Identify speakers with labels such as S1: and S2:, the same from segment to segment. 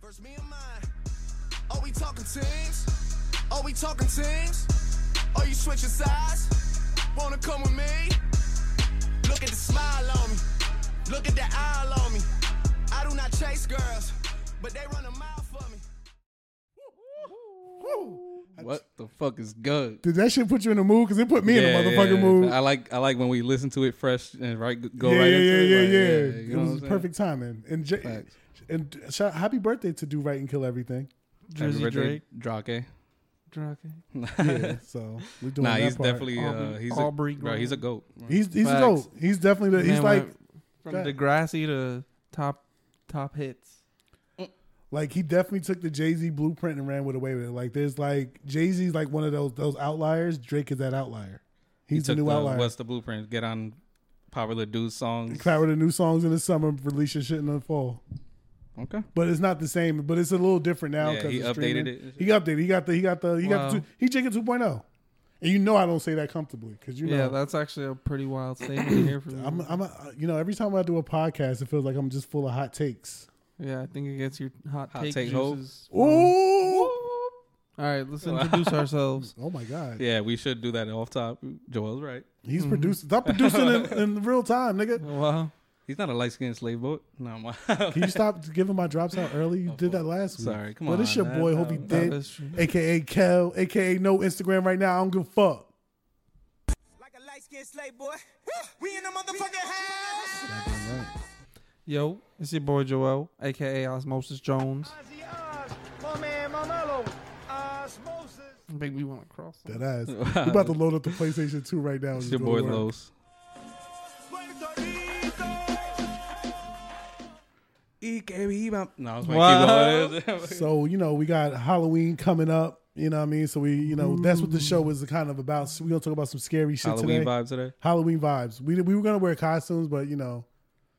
S1: versus me and mine. Are we talking teams? Are we talking teams? Are you switching sides? Wanna come with me? Look at the smile on me. Look at the eye on me. I do not chase girls, but they run a mile for me.
S2: What the fuck is good?
S3: Did that shit put you in the mood? Because it put me in the motherfucking
S2: yeah.
S3: mood.
S2: I like I like when we listen to it fresh and right go
S3: yeah,
S2: right
S3: yeah,
S2: into
S3: yeah, yeah,
S2: it. like,
S3: yeah.
S2: you know
S3: it
S2: what
S3: was
S2: I'm
S3: perfect timing. And J-
S2: Facts.
S3: and shout, happy birthday to Do Right and Kill Everything.
S2: saying?
S4: Drizzy Drake.
S2: Drake,
S4: Drake.
S2: Drake.
S3: Yeah, so we doing
S2: nah,
S3: that
S2: he's
S3: part.
S2: definitely uh,
S4: Aubrey-
S2: he's
S4: Aubrey
S2: a bro, he's a
S4: Graham.
S2: goat.
S3: he's he's
S4: Facts.
S3: dope. He's definitely the, he's
S4: Man
S3: like
S4: went from
S3: Go ahead.
S4: Degrassi to top top hits.
S3: like he definitely took the Jay Z blueprint and ran with away with it. Like there's like Jay Z's like one of those those outliers. Drake is that outlier. He's
S2: he
S3: the
S2: took
S3: new
S2: the,
S3: outlier.
S2: What's the blueprint? Get on popular dude songs.
S3: Clap with the new songs in the summer, release your shit in the fall.
S2: Okay.
S3: But it's not the same. But it's a little different now
S2: Yeah,
S3: because
S2: he updated it.
S3: He updated. He got the. He got the. He got the.
S4: Wow.
S3: Two, he Jacob 2.0, and you know I don't say that comfortably because you know
S4: yeah, that's actually a pretty wild statement to hear from you.
S3: I'm. I'm. A, you know every time I do a podcast, it feels like I'm just full of hot takes.
S4: yeah, I think it gets your hot,
S2: Hot
S4: take,
S2: take hope.
S4: juices. flowing.
S3: Ooh.
S4: All right, let's introduce ourselves.
S3: Oh my god,
S2: Yeah, Mm-hmm. we should do that off top. Joel's right.
S3: he's producing. Stop producing in, in real time, nigga.
S4: Wow.
S2: He's not a light skinned slave boat. No, I'm
S3: Can you stop giving my drops out early? You did that last week.
S2: sorry. Come
S3: Well,
S2: on.
S3: this your
S2: that-
S3: boy,
S2: that-
S3: Hobie
S2: that-
S3: Dick.
S4: That is true.
S3: AKA Kel, AKA no Instagram right now. I don't give a fuck.
S1: Like a light skinned slave boy. We in the motherfucking house.
S4: Yo, it's your boy Joel, aka Osmosis Jones.
S1: Ozzy Oz, my man, Mamelo, Osmosis.
S4: I think we want to cross. them.
S3: That ass. You about to load up the PlayStation 2 right now.
S2: It's your boy
S3: load.
S2: Los. E que viva. No, I was
S4: Wow.
S2: like, keep going.
S3: So, you know, we got Halloween coming up. You know what I mean? So we, you know, that's what the show is kind of about. So we're gonna talk about some scary shit
S2: Halloween
S3: today.
S2: vibe today.
S3: Halloween vibes. We we were gonna wear costumes, but you know,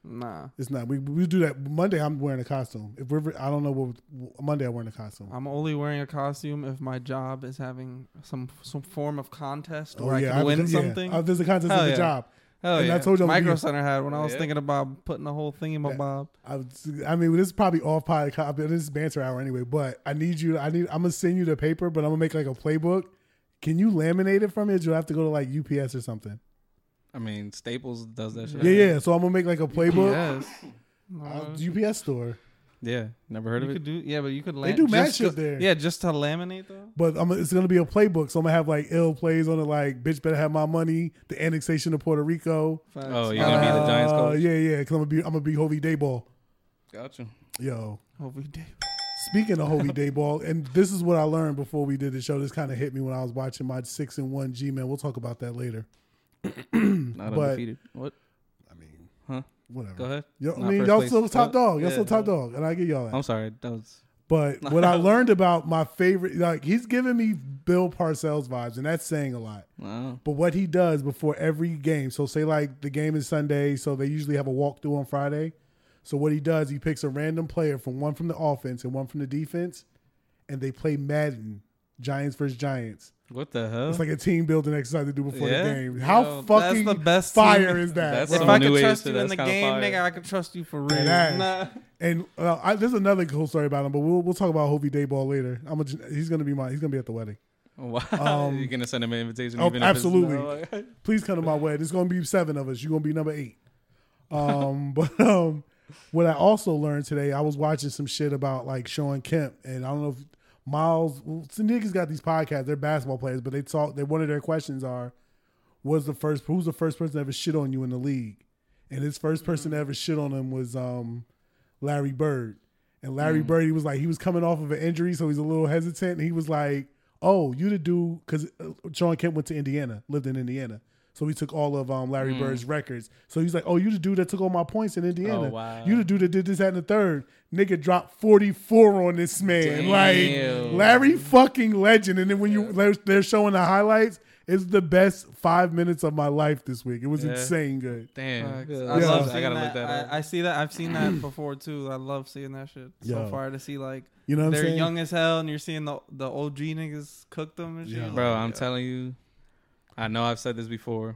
S4: Nah,
S3: it's not. We we do that Monday. I'm wearing a costume. If we're, I don't know what Monday. I'm wearing a costume.
S4: I'm only wearing a costume if my job is having some some form of contest
S3: Oh
S4: or Uh, I
S3: I-
S4: can win
S3: yeah.
S4: something.
S3: Uh, there's a contest
S4: Hell
S3: at the
S4: yeah.
S3: job.
S4: Hell
S3: and I
S4: yeah.
S3: told you I'm
S4: Micro
S3: gonna-
S4: Center had when I was
S2: Yeah.
S4: thinking about putting the whole thing in my bob.
S3: I, was- I mean, this is probably off podcast. This is banter hour anyway. But I need you. I need. I'm gonna send you the paper, but I'm gonna make like a playbook. Can you laminate it from it? You'll have to go to like UPS or something.
S2: I mean, Staples does that shit.
S3: Yeah, yeah. So I'm gonna make like a playbook.
S4: Yes. Uh-huh.
S3: Uh, UPS store,
S2: Yeah. Never heard
S4: You
S2: of it?
S4: could do yeah, but you could
S3: do mad
S4: just
S3: shit
S4: to-
S3: there.
S4: Yeah, just to laminate though.
S3: but I'm, it's gonna be a playbook. So I'm gonna have like ill plays on it, like bitch better have my money, the annexation of Puerto Rico.
S2: Oh, you're gonna be the Giants
S3: Uh,
S2: coach?
S3: yeah, yeah. Because I'm gonna be I'm gonna be Hovey Dayball.
S2: Gotcha.
S3: Yo,
S4: Oh, we did.
S3: Speaking of Holy Day Ball, and this is what I learned before we did the show. This kind of hit me when I was watching my six and one G man. We'll talk about that later.
S2: Not
S3: But-
S2: undefeated. What?
S3: I mean,
S2: Huh?
S3: whatever.
S2: Go ahead.
S3: Yo, I
S2: Not
S3: mean,
S2: first
S3: y'all
S2: place.
S3: still top
S2: Uh,
S3: dog. Y'all
S2: yeah.
S3: still top dog, and I get y'all
S2: I'm
S3: that.
S2: sorry. That was.
S3: But what I learned about my favorite, like he's giving me Bill Parcells vibes, and that's saying a lot.
S2: Wow.
S3: But what he does before every game, so say like the game is Sunday, so they usually have a walkthrough on Friday. So what he does, he picks a random player from one from the offense and one from the defense, and they play Madden, Giants versus Giants.
S2: What the hell?
S3: It's like a team building exercise to do before
S2: Yeah.
S3: the game. How
S4: Yo, that's
S3: fucking
S4: the best
S3: fire
S4: team.
S3: is that?
S2: That's
S3: bro?
S4: If
S2: some
S4: I
S2: new
S4: could
S2: age
S4: trust
S2: to
S4: you in
S2: that's
S4: the
S2: kinda
S4: game,
S2: fire.
S4: nigga, I could trust you for real.
S3: ass.
S4: Nah.
S3: and uh, I, there's another cool story about him, but we'll we'll talk about Hovey Dayball later. I'm gonna, he's gonna be my he's gonna be at the wedding.
S2: Wow. you're going to send him an invitation?
S3: um, oh,
S2: even if it's-
S3: absolutely.
S2: No.
S3: please come to my wedding. It's gonna be seven of us. You're gonna be number eight. Um, but um, what I also learned today, I was watching some shit about like Sean Kemp, and I don't know if Miles. well, Some niggas got these podcasts. They're basketball players, but they talk. They one of their questions are, "Was the first who's the first person to ever shit on you in the league?" And his first person to
S2: Mm-hmm.
S3: ever shit on him was um, Larry Bird. And
S2: Mm.
S3: Larry Bird, he was like, he was coming off of an injury, so he's a little hesitant. And he was like, "Oh, you the dude?" Because Sean Kemp went to Indiana, lived in Indiana, so he took all of um, Larry Bird's records. So he's like, "Oh, you the dude that took all my points in Indiana?
S2: Mm. Oh, wow.
S3: You the dude that did this that, and the third nigga dropped forty four on this man,
S2: Damn.
S3: like Larry fucking legend." And then when you they're, they're showing the highlights, it's the best five minutes of my life this week. It was
S2: Yeah.
S3: insane good.
S2: Damn.
S4: Facts. I
S2: I,
S4: love
S2: I
S4: seeing
S2: gotta
S4: that.
S2: look that up.
S4: I, I see that. I've seen that before too. I love seeing that shit so
S3: Yo.
S4: far to see like
S3: You know what I'm
S4: they're
S3: saying?
S4: young as hell and you're seeing the the OG niggas cook them and shit.
S3: Yeah.
S4: Like,
S2: Bro, I'm
S4: yeah.
S2: telling you, I know I've said this before,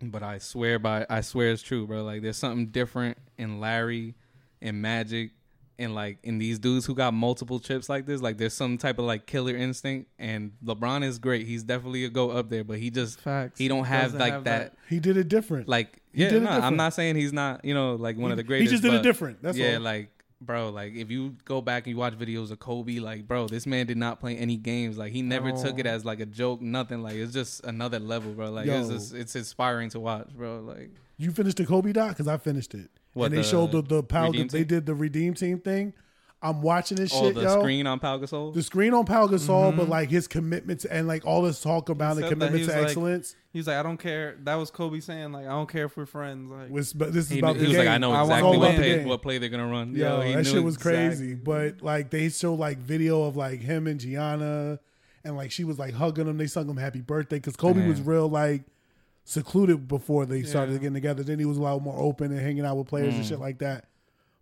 S2: but I swear by I swear it's true, bro. Like there's something different in Larry and Magic and like in these dudes who got multiple chips like this, like there's some type of like killer instinct. And LeBron is great; he's definitely a go up there, but he just
S4: Facts.
S2: he don't have
S4: Doesn't
S2: like
S4: have
S2: that,
S4: that.
S3: He did it different.
S2: like yeah.
S3: did it
S2: No, I'm
S3: different.
S2: not saying he's not you know like one of the
S3: he
S2: greatest.
S3: just did it
S2: but
S3: different, that's
S2: yeah,
S3: all.
S2: like bro, like if you go back and you watch videos of Kobe, like bro, this man did not play any games. Like he never
S4: No.
S3: Oh.
S2: took it as like a joke, nothing. Like it's just another level, bro. Like it's
S3: Yo.
S2: just, it's inspiring to watch, bro. Like
S3: You finished the Kobe doc because I finished it.
S2: What,
S3: and they
S2: the
S3: showed the the Pal.
S2: Redeem
S3: They
S2: Team?
S3: did the redeem team thing. I'm watching this
S2: all
S3: shit,
S2: the
S3: yo.
S2: screen Mm-hmm. on Pau Gasol.
S3: The screen on Pal Gasol, but like his commitment to, and like all this talk about
S4: said
S3: the
S4: that
S3: commitment to
S4: he was like-
S3: excellence.
S4: He's like, I don't care. That was Kobe saying, like, I don't care if we're friends. Like,
S3: Was but this is
S2: He, knew,
S3: about the
S2: he was like,
S3: game.
S2: I know
S4: I want
S2: exactly
S4: to
S2: what
S4: win the
S2: play,
S3: game."
S2: what play they're gonna run.
S3: Yo,
S2: he
S3: that
S2: knew
S3: shit was
S2: exact-
S3: crazy. But like they show like video of like him and Gianna, and like she was like hugging him. They sung him happy birthday because Kobe was
S2: Damn.
S3: real like secluded before they started
S4: Yeah.
S3: getting together. Then he was a lot more open and hanging out with players and shit like that.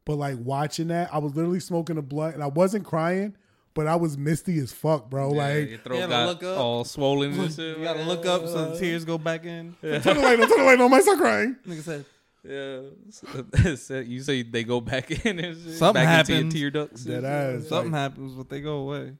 S3: But like watching that, I was literally smoking a blunt and I wasn't crying, but I was misty as fuck, bro.
S2: Yeah,
S3: like.
S2: your throat
S4: Yeah, but
S2: got
S4: look up.
S2: all swollen and shit.
S4: you gotta look up so the tears go back in.
S3: turn the light on, turn the light on, my son crying.
S4: Nigga said,
S2: Yeah, So- so you say they go back in and shit.
S4: Something
S2: back
S4: happens.
S2: into your tear ducts.
S3: Dead ass.
S4: something
S3: like-
S4: happens, but they go away.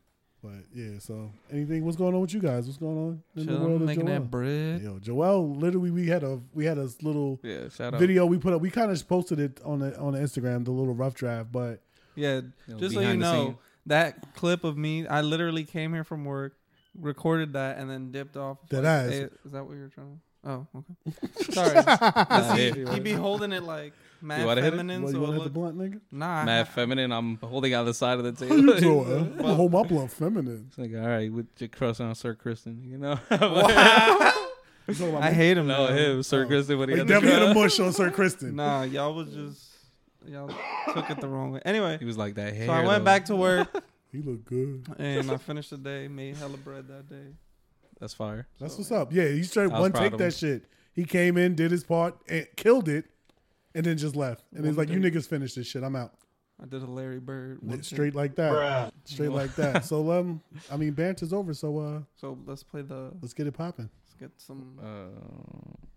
S3: but yeah, so anything? What's going on with you guys? What's going on in
S4: Chill,
S3: the world
S4: I'm
S3: of
S4: making
S3: Joel?
S4: that bread.
S3: Yo, Joel, literally, we had a we had a little
S2: Yeah, shout out.
S3: video we put up. We kind of posted it on the on the Instagram, the little rough draft. But
S4: Yeah,
S2: know,
S4: just so you
S2: behind the
S4: know,
S2: scene.
S4: that clip of me, I literally came here from work, recorded that, and then dipped off.
S3: That ass.
S4: "Hey, is that what you're trying? to Oh, okay. Sorry,
S2: Nah,
S4: he,
S2: yeah.
S4: he be holding it like mad
S2: wanna hit it?
S4: feminine,
S3: what, you
S4: so it
S3: want to hit the
S4: look,
S3: blunt, nigga?
S4: nah. I
S2: Mad
S4: ha-
S2: feminine. I'm holding out the side of the
S3: How you
S2: table.
S3: doing? I'm gonna hold my blunt feminine.
S2: It's like, all right, with your crush on Sir Kristen, you know?
S3: You talking about
S4: I
S3: me?
S4: hate him.
S2: no,
S4: though.
S2: him, Sir Kristen. When he
S3: Like,
S2: got the
S3: definitely hit a
S2: crush.
S3: bush on Sir Kristen.
S4: Nah, y'all was just y'all took it the wrong way.
S2: He
S4: Anyway,
S2: was like that hair.
S4: so I went
S2: though.
S4: back to work
S3: He look good.
S4: and I finished the day, made hella bread that day.
S2: That's fire.
S3: That's what's up. Yeah, he straight
S2: I was
S3: one
S2: proud
S3: take
S2: of him.
S3: that shit. He came in, did his part, and killed it, and then just left. And he's
S4: One
S3: like, "You
S4: take.
S3: niggas finish this shit. I'm out."
S4: I did a Larry Bird. one
S3: Straight
S4: two.
S3: like that. Straight like that. So um, I mean, banter's over. So uh,
S4: So let's play the.
S3: let's get it popping.
S4: Let's get some.
S2: Uh,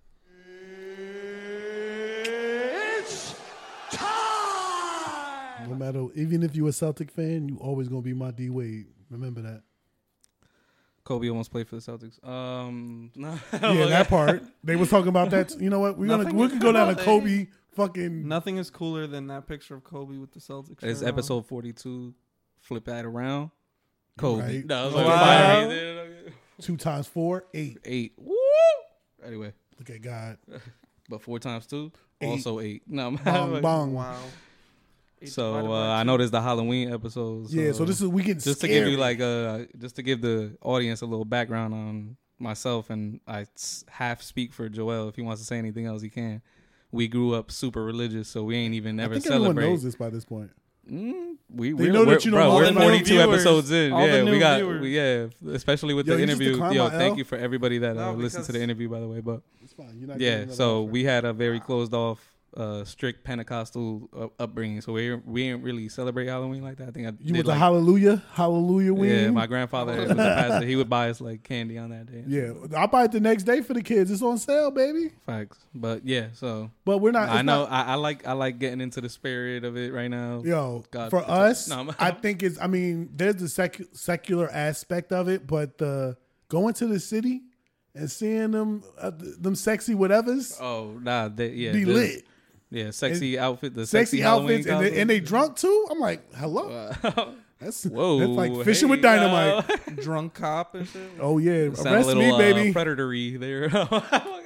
S3: No matter, even if you a Celtic fan, you always gonna be my D Wade. Remember that.
S2: Kobe almost played for the Celtics. Um, no.
S3: Yeah, that part. They was talking about that. You know what? We're gonna
S4: Oh, Nothing
S3: we
S4: is
S3: can go down to
S4: nothing.
S3: Kobe fucking
S4: Nothing is cooler than that picture of Kobe with the Celtics.
S2: It's
S4: shirt on.
S2: episode 42. Flip that around. Kobe.
S3: Right.
S2: That was
S3: Wow.
S2: fire.
S3: two times four, eight.
S2: Eight. Woo! Anyway,
S3: Look at God.
S2: but four times two,
S3: Eight. Um,
S2: also eight. No,
S3: Bong bong.
S4: Wow. Eight divided
S2: So uh,
S4: by
S2: I
S4: two.
S2: know there's the Halloween episode. So
S3: Yeah, so this is we getting
S2: just to
S3: scary.
S2: give you like uh just to give the audience a little background on myself and I s- half speak for Joel if he wants to say anything else he can. We grew up super religious, so we ain't even
S3: I
S2: ever
S3: think everyone
S2: celebrate.
S3: knows this by this point.
S2: Mm, we
S3: They
S2: we
S3: know that
S2: we're,
S3: you don't
S2: bro,
S3: know
S2: we're
S3: all the new
S2: 42
S4: viewers.
S2: episodes in.
S4: All the
S2: yeah, we
S4: new
S2: got
S4: viewers.
S2: we, yeah, especially with
S3: Yo,
S2: the
S3: you just
S2: interview.
S3: declined
S2: Yo,
S3: my
S2: thank
S3: L?
S2: you for everybody that uh,
S4: No,
S2: listened to the
S4: because-
S2: interview by the way, but
S3: It's fine. You're not
S2: yeah,
S3: getting another
S2: so
S3: offer.
S2: we had a very closed off, uh, strict Pentecostal uh, upbringing. So we we didn't really celebrate Halloween like that. I think I
S3: you
S2: did
S3: with the
S2: like,
S3: hallelujah, hallelujah wing.
S2: yeah. My grandfather was a pastor. He would buy us like candy on that day.
S3: Yeah, I buy it the next day for the kids. It's on sale, baby.
S2: Facts. But yeah, so
S3: But we're not.
S2: I
S3: it's
S2: know
S3: not-
S2: I, I like I like getting into the spirit of it right now.
S3: yo,
S2: God,
S3: for
S2: it's a-
S3: us,
S2: no, I'm-
S3: I think it's. I mean, there's the secu- secular aspect of it, but the going to the city and seeing them uh, them sexy whatever's
S2: Oh nah, they, yeah,
S3: be
S2: this-
S3: lit.
S2: Yeah, sexy outfit. The
S3: sexy,
S2: sexy,
S3: outfits and
S2: Halloween
S3: they, and they drunk too. I'm like, hello.
S2: costume.
S3: That's,
S2: Whoa,
S3: that's like fishing
S2: hey,
S3: with dynamite.
S2: yo.
S4: drunk cop and shit.
S3: Oh yeah,
S2: Sound
S3: arrest
S2: a little
S3: me,
S2: uh,
S3: baby.
S2: predatory there. Oh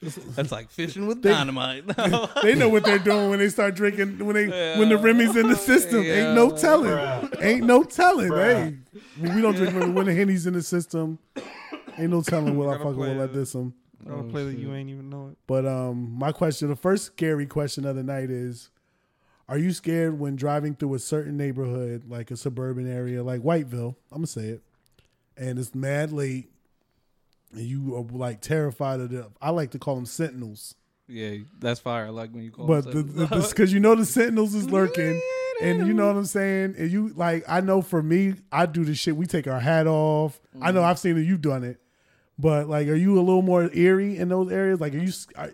S2: That's like fishing with
S3: They-
S2: dynamite.
S3: they know what they're doing when they start drinking when they when the Remy's in the system. Ain't no
S2: Yeah.
S3: telling. Ain't no telling. Hey, When we don't drink Remy when the Henny's in the system. Ain't no telling what I
S4: Gotta
S3: fucking
S4: play
S3: will I
S4: it.
S3: diss them.
S4: I don't
S2: Oh,
S4: play that
S2: shit.
S4: you ain't even know it.
S3: But um, my question, the first scary question of the night is: Are you scared when driving through a certain neighborhood, like a suburban area, like Whiteville? I'm gonna say it, and it's mad late, and you are like terrified of the. I like to call them sentinels,
S2: yeah, that's fire. I like when you call.
S3: but
S2: it
S3: the
S2: that.
S3: because you know the sentinels is lurking, and you know what I'm saying. And you like, I know for me, I do this shit. We take our hat off. I
S2: Mm.
S3: know I've seen it. You've done it, but like, are you a little more eerie in those areas? Like, are you? s- I,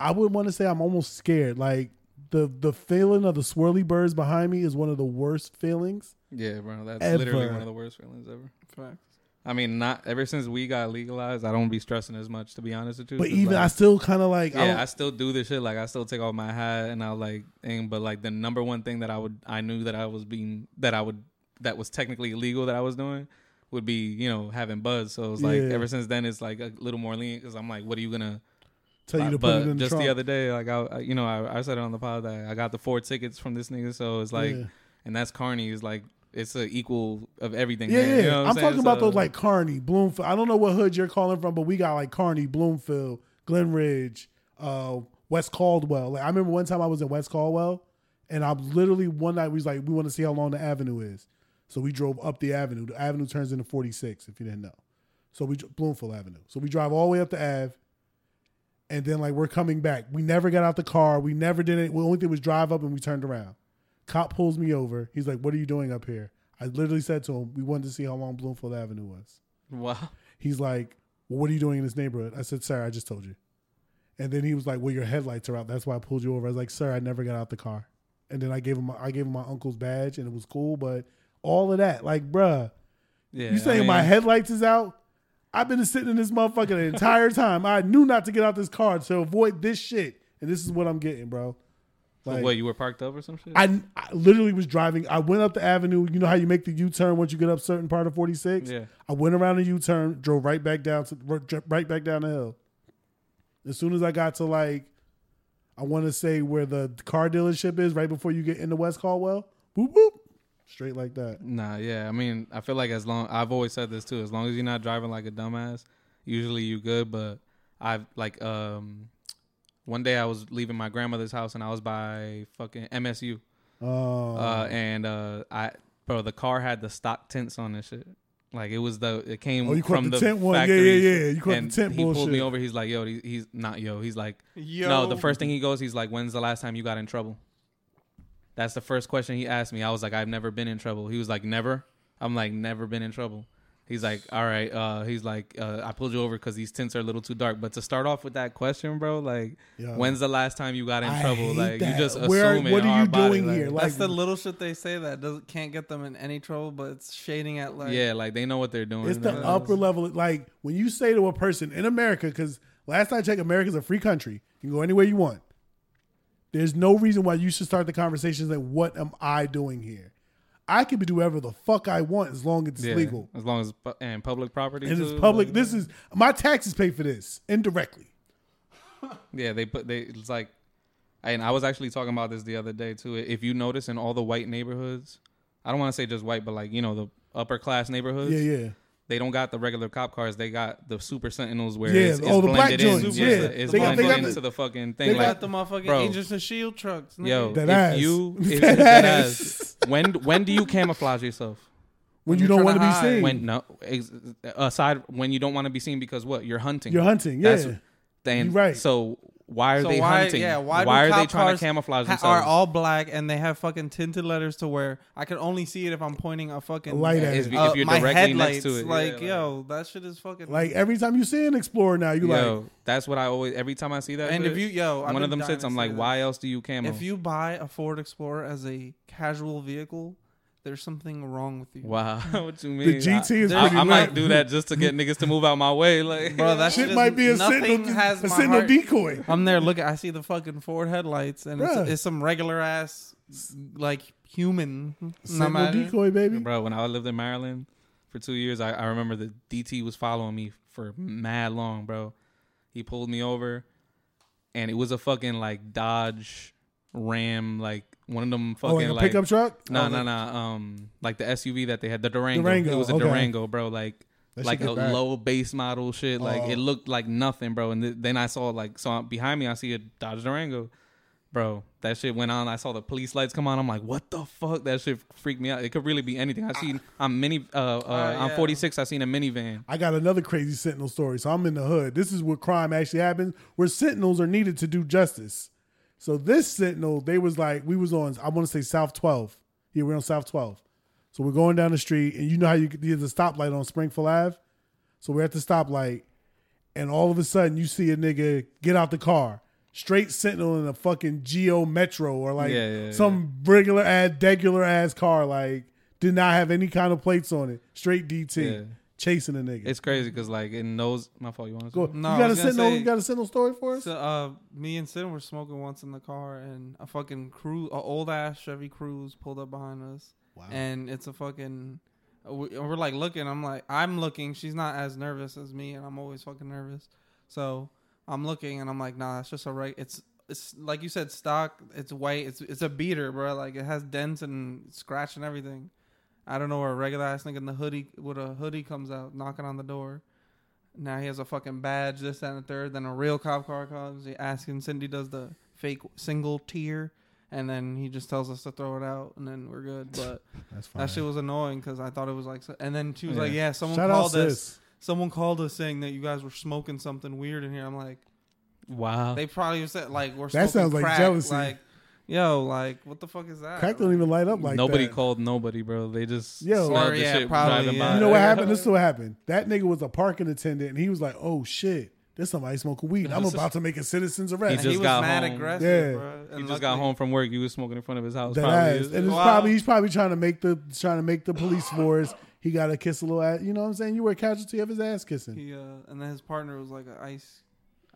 S3: I would want to say I'm almost scared. Like, the the feeling of the swirly birds behind me is one of the worst feelings.
S2: Yeah, bro. That's
S3: Ever.
S2: literally one of the worst feelings ever.
S4: Facts.
S2: I mean, not ever since we got legalized, I don't be stressing as much to be honest with you.
S3: But
S2: 'cause,
S3: even
S2: like,
S3: I still kind of like
S2: yeah, I,
S3: I don't,
S2: still do this shit. Like I still take off my hat and I like thing. But like the number one thing that I would, I knew that I was being, that I would, that was technically illegal that I was doing would be, you know, having buzz. So it's like
S3: Yeah.
S2: ever since then, it's like a little more lenient because I'm like, what are you gonna?
S3: tell you to put
S2: Uh, but
S3: it in
S2: just
S3: the, trunk.
S2: the other day, like I, I- you know, I, I said it on the pod that I got the four tickets from this nigga. So it's like,
S3: Yeah.
S2: and that's Carney is like, it's an equal of everything.
S3: Yeah,
S2: man.
S3: yeah.
S2: You know what
S3: I'm,
S2: saying?
S3: talking about
S2: So-
S3: those like Carney, Bloomfield. I don't know what hood you're calling from, but we got like Carney, Bloomfield, Glen Ridge, uh, West Caldwell. Like I remember one time I was in West Caldwell, and I literally one night we was like, we want to see how long the avenue is, so we drove up the avenue. The avenue turns into 46, if you didn't know. So we dr- Bloomfield Avenue. So we drive all the way up the Ave, and then like we're coming back. We never got out the car. We never did it. The only thing was drive up and we turned around. Cop pulls me over. He's like, "What are you doing up here?" I literally said to him, "We wanted to see how long Bloomfield Avenue was."
S2: wow.
S3: He's like, well, "What are you doing in this neighborhood?" I said, "Sir, I just told you." And then he was like, "Well, your headlights are out. That's why I pulled you over." I was like, "Sir, I never got out the car." And then I gave him, my, I gave him my uncle's badge, and it was cool. But all of that, like, bruh,
S2: Yeah,
S3: you saying
S2: I mean,
S3: my headlights is out? I've been sitting in this motherfucker the entire time. I knew not to get out this car to avoid this shit, and this is what I'm getting, bro. Like,
S2: what you were parked up or some shit?
S3: I, I literally was driving. I went up the avenue. You know how you make the U turn once you get up certain part of 46.
S2: Yeah.
S3: I went around the U turn, drove right back down to r- dr- right back down the hill. As soon as I got to like, I want to say where the car dealership is, right before you get into West Caldwell. Whoop whoop, straight like that.
S2: Nah, yeah. I mean, I feel like as long I've always said this too. As long as you're not driving like a dumbass, usually you good. But I've like um, one day I was leaving my grandmother's house and I was by fucking MSU,
S3: Oh,
S2: uh, and uh, I bro, the car had the stock tints on this shit. Like it was the it came
S3: Oh, you caught
S2: from
S3: the
S2: the,
S3: tent one. Yeah,
S2: factory,
S3: yeah, yeah. You caught the
S2: and
S3: tent
S2: he pulled me
S3: bullshit.
S2: over. He's like, yo, he- he's not yo. He's like,
S4: Yo.
S2: no. The first thing he goes, he's like, when's the last time you got in trouble? That's the first question he asked me. I was like, I've never been in trouble. He was like, never. I'm like, never been in trouble. He's like, all right. Uh, he's like, uh, I pulled you over because these tints are a little too dark. But to start off with that question, bro, like,
S3: Yeah.
S2: when's the last time you got in
S3: I
S2: trouble?
S3: hate
S2: Like,
S3: that.
S2: you just assume
S3: Where-
S2: it.
S3: what are
S2: our
S3: you
S2: body,
S3: doing
S2: like-
S3: here? Like-
S4: That's the little shit they say that doesn't can't get them in any trouble, but it's shading at like
S2: yeah, like they know what they're doing.
S3: It's the
S2: They're-
S3: upper level. Like when you say to a person in America, because last I checked, America's a free country. You can go anywhere you want. There's no reason why you should start the conversations like, "What am I doing here?" I can do whatever the fuck I want as long as it's
S2: yeah,
S3: legal
S2: as long as pu- and public property.
S3: and
S2: too,
S3: it's public.
S2: like-
S3: This is my taxes pay for this indirectly.
S2: Yeah, they put they it's like and I was actually talking about this the other day too. If you notice in all the white neighborhoods, I don't want to say just white, but like, you know, the upper class neighborhoods,
S3: Yeah, yeah.
S2: they don't got the regular cop cars. They got the super sentinels where
S3: Yeah,
S2: it's, it's
S3: oh, the black
S2: blended in.
S3: joints,
S2: Yeah,
S3: yeah.
S2: it's
S4: They got-
S2: blended
S4: they got
S2: into
S3: the-
S2: the, fucking
S4: They
S2: thing.
S4: got
S2: Like,
S4: the motherfucking
S2: bro.
S4: Agents of Shield E trucks. nigga.
S2: yo,
S3: That
S2: if
S3: ass.
S2: you if,
S3: That
S2: that
S3: ass.
S2: ass. when when do you camouflage yourself?
S3: When
S4: When
S3: you
S4: you're
S3: don't want
S4: trying
S3: to
S4: to
S3: be
S4: hide.
S3: seen,
S2: When no, ex- aside when you don't want to be seen because what you're hunting.
S3: You're hunting, yeah.
S2: then
S3: You're right.
S2: So why are
S4: So
S2: they
S4: why,
S2: hunting?
S4: yeah, why, do
S2: are they
S4: cop
S2: trying
S4: cars
S2: to camouflage
S4: ha-
S2: themselves?
S4: Are all black and they have fucking tinted letters to where I can only see it if I'm pointing a fucking
S3: light at
S2: If
S3: it.
S2: you-
S4: uh,
S2: you're
S4: my
S2: directly next
S4: headlights.
S2: to it,
S4: Like,
S2: yeah,
S4: yo, that shit is fucking
S3: like every time you see an explorer now, you
S2: Yo,
S3: like
S2: that's what I always. Every time I see that,
S4: And
S2: shit,
S4: if you- yo, I've
S2: one of them
S4: been dying
S2: sits,
S4: to
S2: I'm
S4: say
S2: like,
S4: this.
S2: why else do you camo?
S4: If you buy a Ford Explorer as a casual vehicle, there's something wrong with you.
S2: wow, what you mean?
S3: the GT is
S2: I,
S3: pretty.
S2: I, I
S3: whack.
S2: might do that just to get niggas to move out my way, like
S4: Bro, that
S3: Shit
S4: is-
S3: might be a
S4: nothing
S3: sentinel,
S4: has
S3: a
S4: my
S3: sentinel
S4: heart.
S3: decoy.
S4: I'm there looking. I see the fucking Ford headlights, and
S3: Bruh.
S4: it's, it's some regular ass like human. No
S3: Sentinel
S4: matter.
S3: decoy, baby.
S2: Bro, when I lived in Maryland for two years, I, I remember the DT was following me for mad long, bro. He pulled me over, and it was a fucking like Dodge Ram, like one of them fucking
S3: Oh, like a
S2: like
S3: pickup truck.
S2: No,
S4: Oh,
S2: no,
S4: the-
S2: no. Um, like the SUV that they had, the Durango.
S3: Durango,
S2: it was a
S3: okay.
S2: Durango, bro. Like,
S3: That
S2: like
S3: shit
S2: a
S3: get back.
S2: low base model shit. Like,
S3: Oh.
S2: it looked like nothing, bro. And th- then I saw like, so I'm, behind me, I see a Dodge Durango, bro. That shit went on. I saw the police lights come on. I'm like, what the fuck? That shit freaked me out. It could really be anything. I seen
S3: Ah.
S2: I'm mini. Uh, uh, I'm
S4: yeah.
S2: 46. I seen a minivan.
S3: I got another crazy Sentinel story. So I'm in the hood. This is where crime actually happens, where Sentinels are needed to do justice. So this Sentinel, they was like, we was on, I want to say South 12. Yeah, we're on South 12. So we're going down the street, and you know how you there's a stoplight on Springfield Ave. So we're at the stoplight, and all of a sudden you see a nigga get out the car, straight Sentinel in a fucking Geo Metro or like
S2: Yeah, yeah, yeah.
S3: some regular ass, degular ass car. Like did not have any kind of plates on it. Straight DT
S2: Yeah.
S3: chasing a nigga.
S2: It's crazy because like in those my fault. You want
S3: Go,
S2: to
S4: No,
S3: you
S4: I
S3: got a
S4: was gonna
S3: Sentinel.
S4: say-
S3: you got a Sentinel story for us?
S4: So, uh, me and Sid were smoking once in the car, and a fucking crew, a old ass Chevy Cruise pulled up behind us,
S3: wow.
S4: and it's a fucking. we- We're like looking. I'm like, I'm looking. She's not as nervous as me, and I'm always fucking nervous. So I'm looking, and I'm like, nah, it's just a right. It's it's like you said, stock. It's white. It's it's a beater, bro. Like it has dents and scratch and everything. I don't know where a regular ass nigga in the hoodie with a hoodie comes out knocking on the door. Now he has a fucking badge, this, that, and the third. Then a real cop car comes. He asking Cindy does the fake single tear, and then he just tells us to throw it out, and then we're good. But
S3: That's fine.
S4: that shit was annoying because I thought it was like. so- And then she was
S2: Yeah.
S4: like, "Yeah, someone
S3: Shout out
S4: called us.
S3: sis.
S4: Someone called us saying that you guys were smoking something weird in here." I'm like,
S2: Wow.
S4: "They probably said like we're
S3: That
S4: smoking
S3: sounds like
S4: crack.
S3: jealousy.
S4: Like, yo, like what the fuck is that?
S3: Crack don't even light up like
S2: nobody
S3: that.
S2: called nobody, bro. They just
S3: Yo.
S2: yo,
S3: Or,
S2: the
S4: yeah,
S2: shit
S4: probably,
S2: driving
S4: yeah.
S2: by.
S3: You know what happened? This is what happened. That nigga was a parking attendant, and he was like, "Oh shit, there's somebody smoking weed. I'm about to make a citizen's
S4: And
S3: arrest."
S4: he
S2: just
S4: was
S2: got
S4: mad
S2: home.
S4: aggressive,
S3: Yeah.
S4: bro.
S2: He
S4: And
S2: just got
S4: luckily-
S2: home from work. He was smoking in front of his house.
S3: that
S2: probably.
S3: ass. And it's
S4: Wow.
S3: probably he's probably trying to make the trying to make the police force. He got to kiss a little ass. You know what I'm saying? You were a casualty of his ass kissing.
S4: He, uh, and then his partner was like an ice,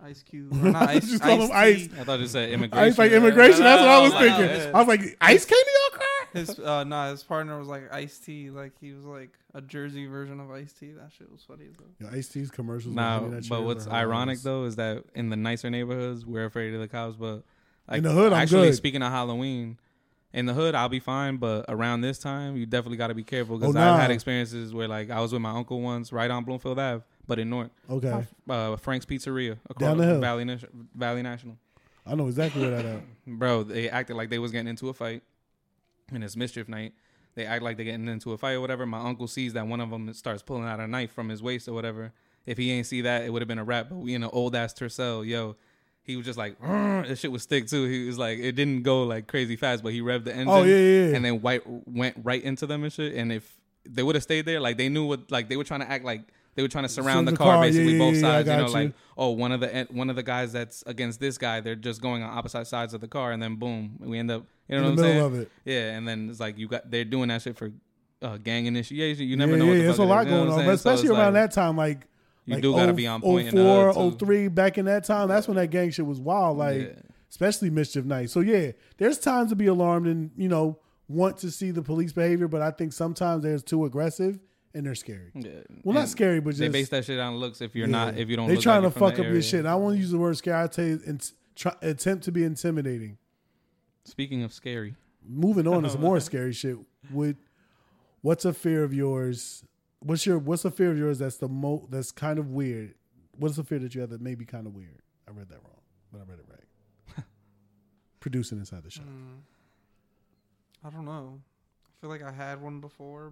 S4: ice cube. Or not ice,
S3: Just call him
S4: ice. tea.
S2: I thought it said immigration.
S3: Ice like Oh, immigration.
S2: No,
S3: That's what I
S2: no,
S3: was
S2: no,
S3: thinking.
S2: no.
S3: I was like, ice came to your car.
S4: His uh, nah, his partner was like ice tea. Like he was like a Jersey version of ice tea. That shit was funny. As hell.
S3: Yo, Ice T's commercials. were
S2: Nah,
S3: hitting that shit
S2: but
S3: over
S2: what's
S3: her
S2: ironic
S3: house.
S2: though is that in the nicer neighborhoods, we're afraid of the cops. But like,
S3: the hood, I'm
S2: actually
S3: good.
S2: speaking of Halloween, in the hood, I'll be fine. But around this time, you definitely got to be careful because
S3: Oh,
S2: I've
S3: nah.
S2: had experiences where like I was with my uncle once, right on Bloomfield Ave, but in North,
S3: Okay,
S2: uh, Frank's Pizzeria across
S3: Down the hill.
S2: Valley Nation- Valley National.
S3: I know exactly where that at.
S2: Bro, they acted like they was getting into a fight, and it's mischief night. They act like they're getting into a fight or whatever. My uncle sees that one of them starts pulling out a knife from his waist or whatever. If he ain't see that, it would have been a wrap. But we in an old ass Tercel, yo. He was just like, "Rrr," this shit was thick too. He was like, it didn't go like crazy fast, but he revved the engine.
S3: Oh, yeah, yeah, yeah.
S2: And then white went right into them and shit. And if they would have stayed there, like they knew what, like they were trying to act like they were trying to surround the,
S3: the
S2: car,
S3: car, yeah,
S2: basically
S3: yeah,
S2: both
S3: yeah, I
S2: sides. You
S3: got
S2: know,
S3: you.
S2: like oh, one of the one of the guys that's against this guy, they're just going on opposite sides of the car, and then boom, we end up you know
S3: In
S2: what
S3: the
S2: I'm
S3: middle of
S2: saying?
S3: it.
S2: Yeah, and then it's like you got they're doing that shit for uh, gang initiation. You never
S3: yeah,
S2: know.
S3: yeah,
S2: what the
S3: there's
S2: fuck
S3: a
S2: it
S3: lot
S2: is, you know
S3: going
S2: what
S3: on,
S2: I'm
S3: but
S2: saying? So it's
S3: especially around
S2: like,
S3: that time, like.
S2: You
S3: like oh,
S2: do gotta be on point in the
S3: 04,
S2: hood, too.
S3: 03, back in that time, that's when that gang shit was wild, like
S2: Yeah.
S3: especially mischief night. So yeah, there's times to be alarmed and you know want to see the police behavior, but I think sometimes they're too aggressive and they're scary.
S2: yeah.
S3: Well, not
S2: Mm. And
S3: scary, but
S2: They
S3: just
S2: base that shit on looks. If you're
S3: yeah.
S2: not, if you don't,
S3: they
S2: look
S3: trying
S2: like
S3: to
S2: you're
S3: fuck
S2: from the
S3: up your
S2: area.
S3: shit. I won't use the word scary. I tell you, int- try, attempt to be intimidating.
S2: Speaking of scary,
S3: Moving on to some more scary shit. Would what's a fear of yours? What's your what's a fear of yours that's the mo that's kind of weird? What's the fear that you have that may be kind of weird? I read that wrong, but I read it right. Producing inside the shop.
S2: Hmm.
S4: I don't know. I feel like I had one before,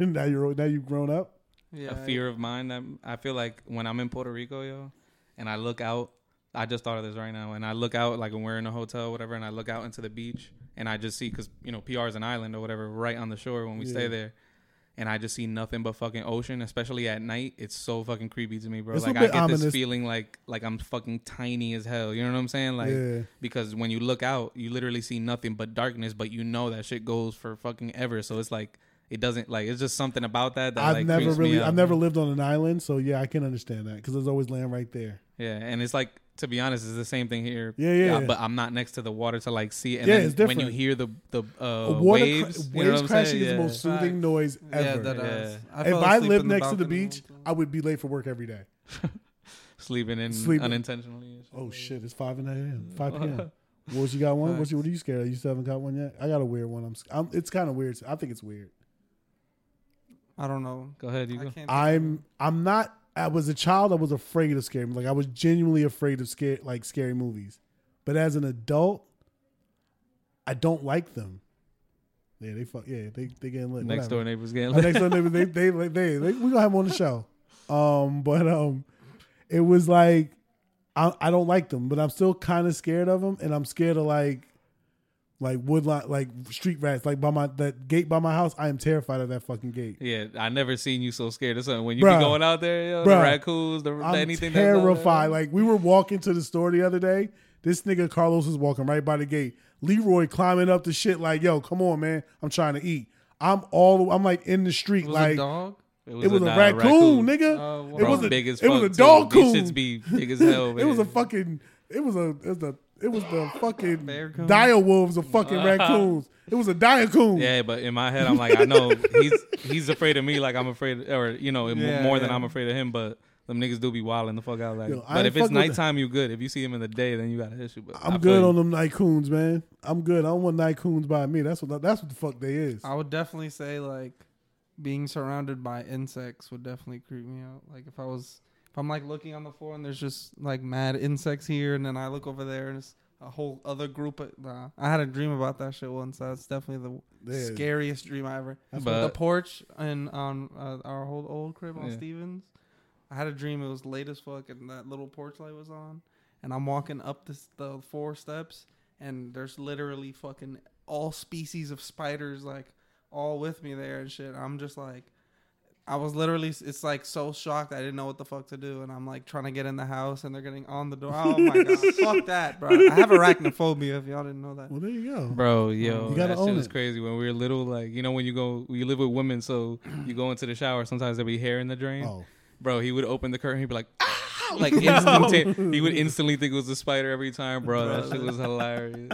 S3: now you're now you've grown up.
S4: yeah,
S2: a fear of mine that I feel like when I'm in Puerto Rico, yo, and I look out, I just thought of this right now, and I look out like when we're in a hotel, or whatever, and I look out into the beach, and I just see because you know PR is an island or whatever, right on the shore when we stay there. And I just see nothing but fucking ocean, especially at night. It's so fucking creepy to me, bro.
S3: It's a
S2: like I
S3: bit
S2: get
S3: ominous.
S2: this feeling like like I'm fucking tiny as hell. You know what I'm saying? Like
S3: Yeah.
S2: because when you look out, you literally see nothing but darkness. But you know that shit goes for fucking ever. So it's like it doesn't like it's just something about that that
S3: I've
S2: like
S3: never
S2: creeps me
S3: really I've
S2: out, man.
S3: never lived on an island, so yeah, I can understand that because there's always land right there.
S2: Yeah, and it's like to be honest, it's the same thing here.
S3: Yeah, yeah.
S2: but I'm not next to the water to like see. it. And
S3: Yeah,
S2: then
S3: it's
S2: When
S3: different.
S2: you hear the the uh,
S3: Water cra-
S2: waves, you know
S3: waves
S2: what I'm
S3: crashing
S2: saying?
S3: is the
S2: Yeah.
S3: most soothing
S4: Facts.
S3: noise
S4: Yeah,
S3: ever.
S4: that
S2: Yeah. uh,
S4: does. I
S3: if
S4: fell
S3: I
S4: asleep
S3: lived
S4: in the
S3: next to the
S4: balcony
S3: beach,
S4: one time.
S3: I would be late for work every day.
S2: sleeping in
S3: Sleeping.
S2: unintentionally. and shit.
S3: Oh shit! It's five in the a.m. Five p.m. What you got one? What you? What are you scared of? You still haven't got one yet? I got a weird one. I'm. s- I'm it's kind of weird. I think it's weird.
S4: I don't know.
S2: Go ahead, you
S4: I
S2: go.
S4: can't.
S3: I'm. I'm not. I was a child. I was afraid of scary. Like I was genuinely afraid of scare like scary movies. But as an adult, I don't like them. Yeah, they fuck. Yeah, they they getting lit.
S2: Next
S3: Whatever.
S2: door neighbors getting
S3: Our
S2: lit.
S3: next door neighbor, they, they, they, they, they, we gonna have him on the show. Um, but um, it was like I, I don't like them, but I'm still kind of scared of them, and I'm scared of like, like woodlot, like street rats, like by my that gate by my house. I am terrified of that fucking gate.
S2: Yeah, I never seen you so scared of something. When you
S3: Bruh.
S2: be going out there, yo,
S3: Bruh.
S2: the raccoons, the
S3: I'm
S2: anything. that's out there.
S3: terrified. Like we were walking to the store the other day. This nigga Carlos is walking right by the gate. Leroy climbing up the shit like, yo, come on, man. I'm trying to eat. I'm all I'm like in the street,
S4: was
S3: like
S4: a dog.
S3: it was a,
S2: nah,
S3: raccoon, nigga.
S4: Oh, wow.
S3: It
S2: Uh, Bro,
S3: was a
S2: big as
S3: it was
S2: fuck,
S3: a
S2: too.
S3: dog coon.
S2: These shits be big as hell.
S3: it was a
S2: man.
S3: fucking. It was a. It was the. It was the fucking
S4: Bear coon?
S3: dire wolves of fucking raccoons. It was a dire coon.
S2: Yeah, but in my head, I'm like, I know he's he's afraid of me, like I'm afraid, or you know, m-
S4: Yeah,
S2: more than
S4: yeah.
S2: I'm afraid of him. But them niggas do be wilding the fuck out. Like,
S3: Yo, I
S2: but
S3: ain't
S2: if
S3: fuck with
S2: it's
S3: that.
S2: nighttime, you good. If you see him in the day, then you got an issue. But
S3: I'm
S2: I feel
S3: good
S2: you.
S3: on them night coons, man. I'm good. I don't want night coons by me. That's what. That's what the fuck they is.
S4: I would definitely say like being surrounded by insects would definitely creep me out. Like if I was if I'm like looking on the floor and there's just like mad insects here, and then I look over there and it's a whole other group. Of, nah, I had a dream about that shit once. That's definitely the
S3: Yeah.
S4: scariest dream I ever.
S2: But-
S4: the porch and on uh, our whole old crib on
S2: Yeah.
S4: Stevens. I had a dream. It was late as fuck, and that little porch light was on, and I'm walking up this the four steps, and there's literally fucking all species of spiders like all with me there and shit. I'm just like, I was literally, it's like so shocked. I didn't know what the fuck to do, and I'm like trying to get in the house, and they're getting on the door. Oh my god, fuck that, bro! I have arachnophobia. If y'all didn't know that,
S3: Well, there you go.
S2: Bro, yo,
S3: You gotta
S2: that shit
S3: own
S2: was
S3: it.
S2: crazy. When we were little, like you know, when you go, you live with women, so you go into the shower. Sometimes there be hair in the drain.
S3: Oh.
S2: Bro, he would open the curtain. He'd be like, ah, like instantly. he would instantly think it was a spider every time, bro. That shit was hilarious.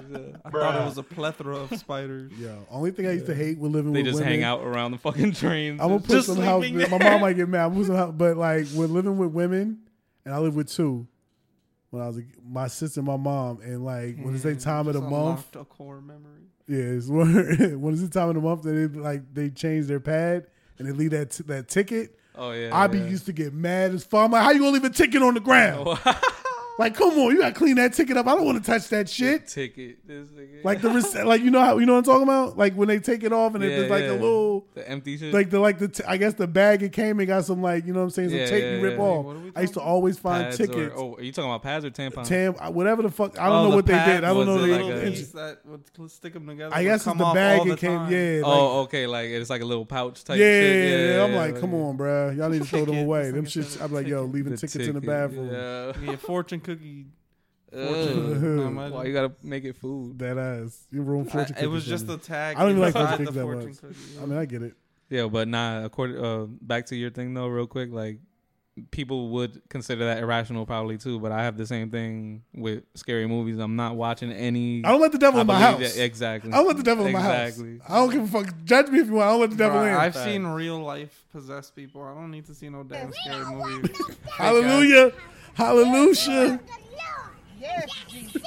S4: I thought it was a plethora of spiders.
S3: Yeah. Only thing I used to hate with living
S2: They
S3: with
S2: just
S3: women.
S2: hang out around the fucking drains.
S3: I'm gonna put
S4: Just
S3: some house.
S4: sleeping
S3: My
S4: there.
S3: mom might get mad. I'm gonna put some house, but like we're living with women, and I live with two. When I was a, my sister, and my mom, and like when it's the
S2: Mm,
S4: And
S3: time of the
S4: just
S3: month,
S4: unlocked A core memory.
S3: Yeah, it's when, when it's the time of the month that they like they change their pad and they leave that t- that ticket.
S2: oh yeah,
S3: I be
S2: yeah.
S3: used to get mad as fuck. I'm like, how you gonna leave a ticket on the ground? like, come on, you gotta clean that ticket up. I don't want to touch that shit.
S2: ticket. This nigga.
S3: Like the rec- like you know how you know what I'm talking about? Like when they take it off and
S2: Yeah,
S3: it's like
S2: yeah.
S3: a little
S2: the empty shit.
S3: like the like the t- I guess the bag it came and got some like you know what I'm saying some
S2: Yeah,
S3: tape
S2: yeah,
S3: you rip
S2: yeah.
S4: What are
S3: off.
S4: we
S3: I used to
S4: talking
S3: always find
S2: pads
S3: tickets.
S2: Or, oh, are you talking about pads or tampons?
S3: Tam, whatever the fuck, I
S4: Oh,
S3: don't know
S4: the
S3: what they
S4: pad
S3: did. I don't
S2: was
S3: know.
S2: it
S3: the
S2: like uh, a-
S3: inch-
S4: piece that would cl- stick them together.
S3: I
S4: would
S3: guess
S4: come
S3: it's the
S4: off all
S3: bag
S4: the
S3: it came.
S4: time.
S3: Yeah, like-
S2: oh, okay. Like it's like a little pouch type.
S3: yeah,
S2: shit.
S3: yeah, yeah. I'm like, come on, bro. Y'all need to throw them
S4: Ticket.
S3: away.
S4: It's
S3: Them
S4: like a
S3: shits.
S4: ticket.
S3: I'm like, yo, leaving tickets in the
S2: ticket,
S3: bathroom.
S2: Yeah.
S4: Be a fortune cookie.
S2: Ugh.
S4: Fortune. No,
S2: Why
S4: imagine.
S2: you gotta make it food?
S3: That ass. Your room
S4: I-
S3: fortune.
S4: it was
S3: cookies,
S4: just
S3: baby.
S4: the tag.
S3: I don't even like
S4: inside
S3: fortune
S4: the
S3: cookies that
S4: fortune
S3: much.
S4: cookie.
S3: I mean, I get it.
S2: Yeah, but nah. According, uh, back to your thing though, real quick. Like people would consider that irrational probably too, but I have the same thing with scary movies. I'm not watching any.
S3: I don't let the devil
S2: I
S3: in my
S2: believe
S3: house.
S2: that- exactly.
S3: I don't let the devil in my house.
S2: Exactly.
S3: I don't give a fuck. Judge me if you want. I don't let the devil
S4: Bro,
S3: in.
S4: I've seen real life possessed people. I don't need to see no damn scary movie.
S3: Hallelujah. Hallelujah.
S5: Yes, Jesus.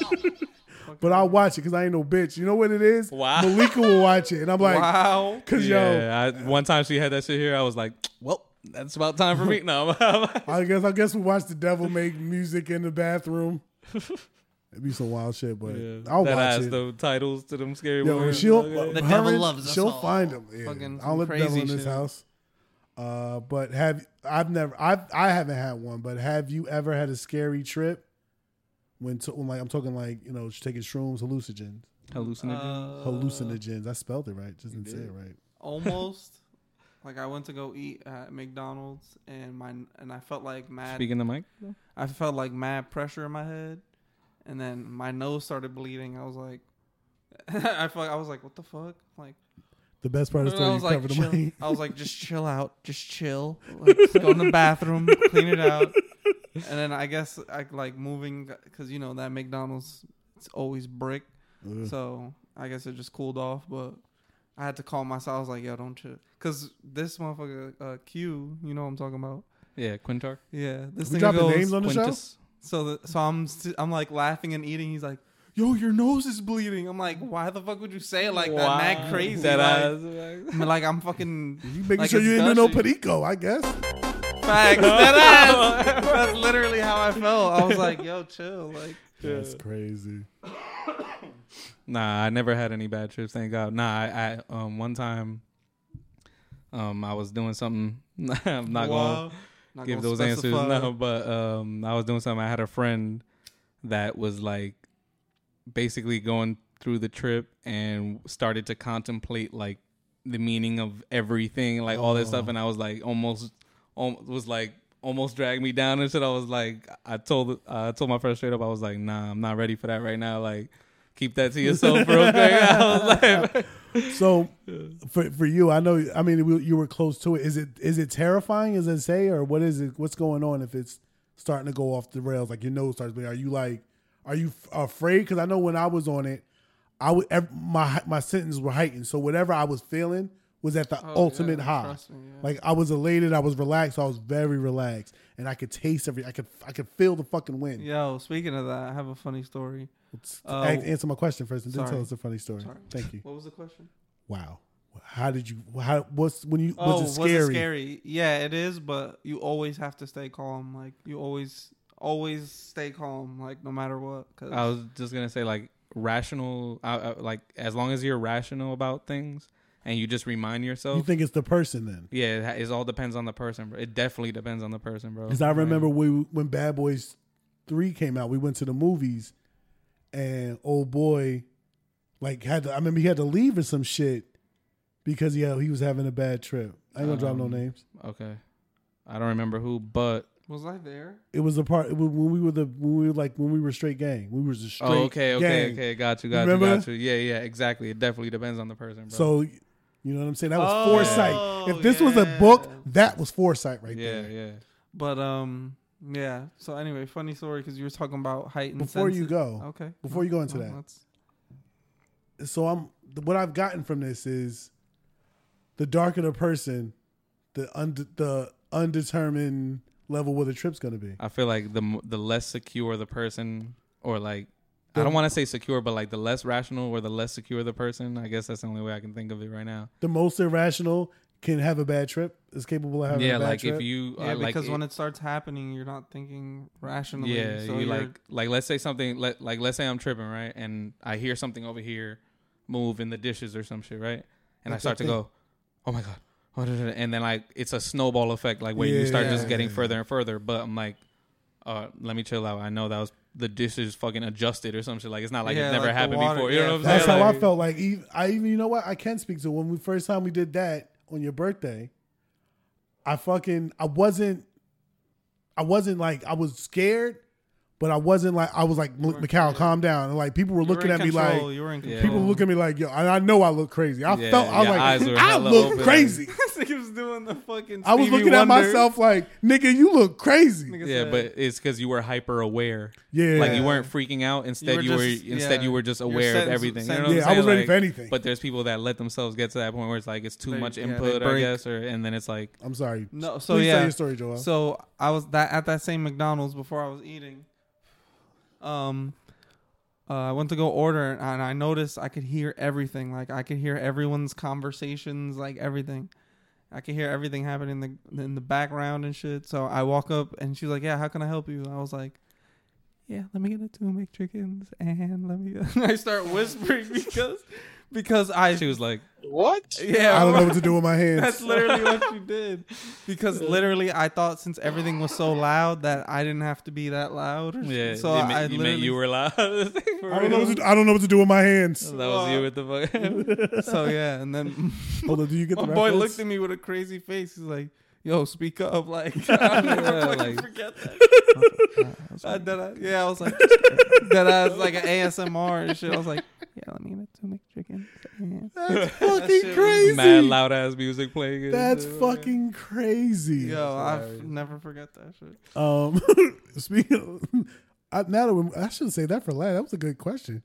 S3: But I'll watch it because I ain't no bitch. You know what it is?
S2: Wow.
S3: Malika will watch it. And I'm like,
S4: wow.
S3: because yo,
S2: Yeah, I, one time she had that shit here. I was like, well, that's about time for me. No,
S3: I guess I guess we watch the devil make music in the bathroom. It'd be some wild shit, but I'll
S2: that
S3: watch
S2: has
S3: it.
S2: the titles to them scary
S3: Yo,
S2: movies.
S3: she'll
S2: Okay.
S3: her
S5: devil
S3: and-
S5: loves us
S3: She'll
S5: all.
S3: find him. Yeah.
S4: Fucking
S3: I don't let the
S4: crazy
S3: devil in this
S4: shit.
S3: house. Uh, but have I've never I I haven't had one. But have you ever had a scary trip? When, to, when like I'm talking like you know taking shrooms, hallucinogens,
S2: hallucinogen.
S4: Uh,
S3: hallucinogens. I spelled it right, just didn't say it right.
S4: almost. Like I went to go eat at McDonald's and my and I felt like mad.
S2: Speaking the mic.
S4: I felt like mad pressure in my head, and then my nose started bleeding. I was like, I felt I was like, what the fuck? Like,
S3: The best part of the
S4: I
S3: story you
S4: was like,
S3: covered the
S4: chill.
S3: money.
S4: I was like, just chill out, just chill. Like, just go in the bathroom, clean it out, and then I guess I like moving because you know that McDonald's it's always brick, so I guess it just cooled off, but. I had to call myself. I was like, "Yo, don't chill," because this motherfucker uh, Q, you know what I'm talking about.
S2: Yeah, Quintar.
S4: Yeah, this
S3: We
S4: thing
S3: dropping
S4: goes.
S3: names on the show.
S2: Quintus.
S4: So the, so I'm st- I'm like laughing and eating. He's like, "Yo, your nose is bleeding." I'm like, "Why the fuck would you say it like
S2: Wow.
S4: that? Mad crazy."
S2: That
S4: like,
S2: ass.
S4: I'm like I'm fucking
S3: You making
S4: like
S3: sure
S4: it's
S3: you ain't doing no
S4: gushing.
S3: panico, I guess.
S4: facts. That ass. That's literally how I felt. I was like, "Yo, chill." Like,
S3: That's crazy.
S2: Nah, I never had any bad trips. Thank God. Nah, I, I um one time, um I was doing something. I'm not going.
S4: whoa. Not
S2: give
S4: gonna
S2: those
S4: specify.
S2: answers. No, but um, I was doing something. I had a friend that was like basically going through the trip and started to contemplate like
S4: Oh.
S2: the meaning of everything, like all this stuff. And I was like almost, almost was like almost dragged me down and shit. I was like, I told, I told my friend straight up, I was like, nah, I'm not ready for that right now. Like, keep that to yourself real quick. I was like,
S3: So for for you, I know. I mean, we- you were close to it. Is it is it terrifying? As I say, or what is it? What's going on? If it's starting to go off the rails, like your nose starts bleeding, are you like, are you f- afraid? Because I know when I was on it, I would ev- my my sentences were heightened. So whatever I was feeling was at the
S4: Oh,
S3: ultimate
S4: yeah,
S3: high.
S4: trust me, yeah.
S3: Like I was elated, I was relaxed, I was very relaxed, and I could taste every. I could I could feel the fucking wind.
S4: Yo, speaking of that, I have a funny story.
S3: Let's
S4: Uh,
S3: ask- answer my question first, and then
S4: sorry.
S3: tell us a funny story.
S4: Sorry.
S3: Thank you.
S4: What was the question?
S3: Wow. How did you? How what's when you?
S4: Oh,
S3: was it scary?
S4: scary? Yeah, it is, but you always have to stay calm. Like you always, always stay calm. Like no matter what. 'cause-
S2: I was just gonna say like rational, I, I, like as long as you're rational about things and you just remind yourself.
S3: You think it's the person then?
S2: yeah, it, ha- it all depends on the person. Bro. It definitely depends on the person, bro.
S3: Because I remember we when Bad Boys Three came out, we went to the movies, and old boy, like had to, I remember he had to leave or some shit because yeah he was having a bad trip. I ain't gonna drop no
S2: Um,
S3: names.
S2: Okay, I don't remember who, but
S4: was I there?
S3: It was the part it was when we were the when we were like when we were straight gang. We were just straight.
S2: oh, okay, okay,
S3: gang.
S2: okay, got you, got you,
S3: Remember?
S2: got you. Yeah, yeah, exactly. It definitely depends on the person, bro.
S3: So. You know what I'm saying? That was
S4: Oh,
S3: foresight. If this was a
S4: yeah.
S3: book, that was foresight right
S2: yeah,
S3: there.
S2: yeah.
S4: But um, yeah. So anyway, funny story because you were talking about height and
S3: Before you
S4: senses.
S3: go,
S4: Okay.
S3: before you go into
S4: Well,
S2: Uh-huh.
S3: that,
S4: that's-
S3: so I'm what I've gotten from this is the darker the person, the und the undetermined level where the trip's gonna be.
S2: I feel like the m- the less secure the person, or like I don't want to say secure, but like the less rational or the less secure the person. I guess that's the only way I can think of it right now.
S3: The most irrational can have a bad trip, is capable of having
S2: yeah,
S3: a bad
S2: like
S3: trip.
S2: if you,
S4: Yeah,
S2: uh, like
S4: because
S2: it-
S4: when it starts happening, you're not thinking rationally.
S2: yeah,
S4: so
S2: you
S4: you are
S2: like like let's say something let like let's say I'm tripping right, and I hear something over here move in the dishes or some shit right, and I
S3: Like
S2: start to
S3: that thing.
S2: go, oh my god, oh, da, da, da," and then like it's a snowball effect like where
S3: Yeah,
S2: you start
S3: yeah,
S2: just
S3: yeah,
S2: getting
S3: yeah.
S2: further and further, but I'm like. Uh, let me chill out. I know that was the dishes fucking adjusted or some shit. Like it's not like
S4: Yeah,
S2: it never
S4: like the
S2: happened
S4: water-
S2: before. You
S4: yeah,
S2: know what I'm
S3: That's
S2: saying?
S3: how
S2: Like-
S3: I felt. Like ev- I even you know what I can speak to when we first time we did that on your birthday. I fucking I wasn't I wasn't like I was scared, but I wasn't like I was like McCall, calm down. And like people were
S4: you were
S3: looking
S4: in
S3: at me
S4: control,
S3: like
S4: you were in
S2: Yeah.
S4: control.
S3: People look at me like, yo, and I know I look crazy. I
S2: Yeah,
S3: felt, I was
S2: your eyes were
S3: like, I
S2: hella
S3: look
S2: open.
S3: crazy.
S4: he was doing the fucking.
S3: I was
S4: Stevie
S3: looking at
S4: Wonder.
S3: myself like, nigga, you look crazy.
S4: Nigga
S2: Yeah,
S4: said,
S2: but it's because you were hyper aware.
S3: Yeah.
S2: like you weren't freaking out. Instead, you
S4: You
S2: were,
S4: were just-
S2: instead
S4: yeah.
S2: you were just
S4: You were
S2: aware of
S4: sentenced-
S2: everything. You know what
S3: Yeah, I
S2: I'm
S4: sentenced.
S2: saying?
S3: was ready
S2: Like,
S3: for anything.
S2: But there's people that let themselves get to that point where it's like it's too
S4: They-
S2: much
S4: yeah, they
S2: input, I
S4: break.
S2: guess, or and then it's like
S3: I'm sorry.
S4: No, so
S3: Please
S4: yeah.
S3: tell your story, Joel.
S4: So I was that at that same McDonald's before I was eating. Um, uh, I went to go order and I noticed I could hear everything. Like I could hear everyone's conversations, like everything. I could hear everything happening in the in the background and shit. So I walk up and she's like, "Yeah, how can I help you?" I was like. Yeah, let me get a two McChickens and let me. I start whispering because, because I.
S2: she was like,
S4: Yeah,
S3: I don't know
S4: bro.
S3: what to do with my
S4: That's
S3: hands.
S4: literally what you did. Because literally, I thought since everything was so loud that I didn't have to be that loud. Or
S2: yeah,
S4: so
S2: it ma-
S4: I
S2: you
S4: literally.
S2: meant you were loud. that
S3: I don't, know what to, I don't know what to do with my hands.
S2: was you with the fuck.
S4: so yeah, and then
S3: Hold on, do you get
S4: my
S3: the
S4: boy
S3: reference?
S4: looked at me with a crazy face. He's like, "Yo, speak up!" Like, I never
S2: Yeah,
S4: fucking
S2: like-
S4: forget that. I, that I, yeah, I was like, that I was like an ASMR and shit. I was like, "Yeah, let me get a two McChickens." and-"
S3: That's
S4: shit
S3: fucking
S4: was
S3: crazy.
S2: Mad loud ass music playing. and
S3: That's
S2: shit.
S3: fucking crazy.
S4: Yo, I never forget that shit.
S3: Um, speaking of, I, now that we're, I shouldn't say that for last. That was a good question.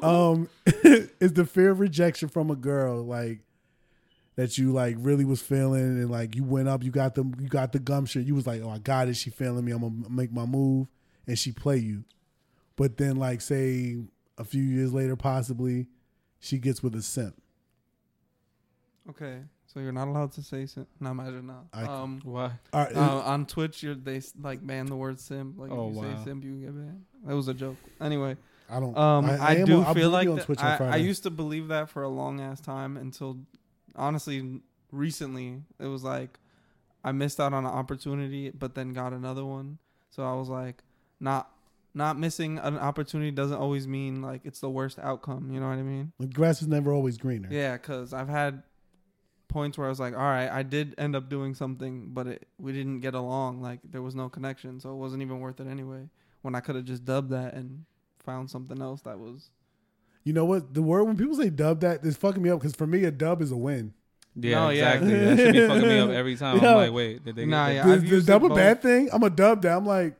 S3: um, is the fear of rejection from a girl like that you like really was feeling and like you went up, you got the you got the gumption. You was like, oh, I got it. She feeling me. I'm gonna make my move, and she play you. But then like say a few years later, possibly she gets with a simp.
S4: Okay, so you're not allowed to say. Sin- no, imagine not.
S3: I-
S4: um,
S2: Why?
S3: All right,
S4: Uh, on Twitch, you're, they s- like ban the word simp. Like
S2: Oh,
S4: if you
S2: wow.
S4: say simp, you get banned. That was a joke. Anyway,
S3: I don't.
S4: um, I,
S3: am-
S4: do
S3: I will
S4: feel
S3: be
S4: like
S3: on
S4: that-
S3: Twitch on
S4: I, I
S3: Friday.
S4: used to believe that for a long ass time until, honestly, recently it was like I missed out on an opportunity, but then got another one. So I was like, not not missing an opportunity doesn't always mean like it's the worst outcome. You know what I mean?
S3: the grass is never always greener.
S4: Yeah, because I've had points where I was like, all right, I did end up doing something, but it, we didn't get along. Like there was no connection, so it wasn't even worth it anyway. When I could have just dubbed that and found something else that was
S3: You know what? The word when people say dub that is fucking me up because for me a dub is a win.
S2: Yeah,
S4: No, yeah.
S2: exactly. That should be fucking me up every time.
S3: Yeah.
S2: I'm like, wait, did they get
S4: Nah,
S2: that?
S4: yeah.
S3: The,
S4: I've
S3: the
S4: used
S3: dub
S4: it
S3: a
S4: both.
S3: bad thing. I'm a dub that. I'm like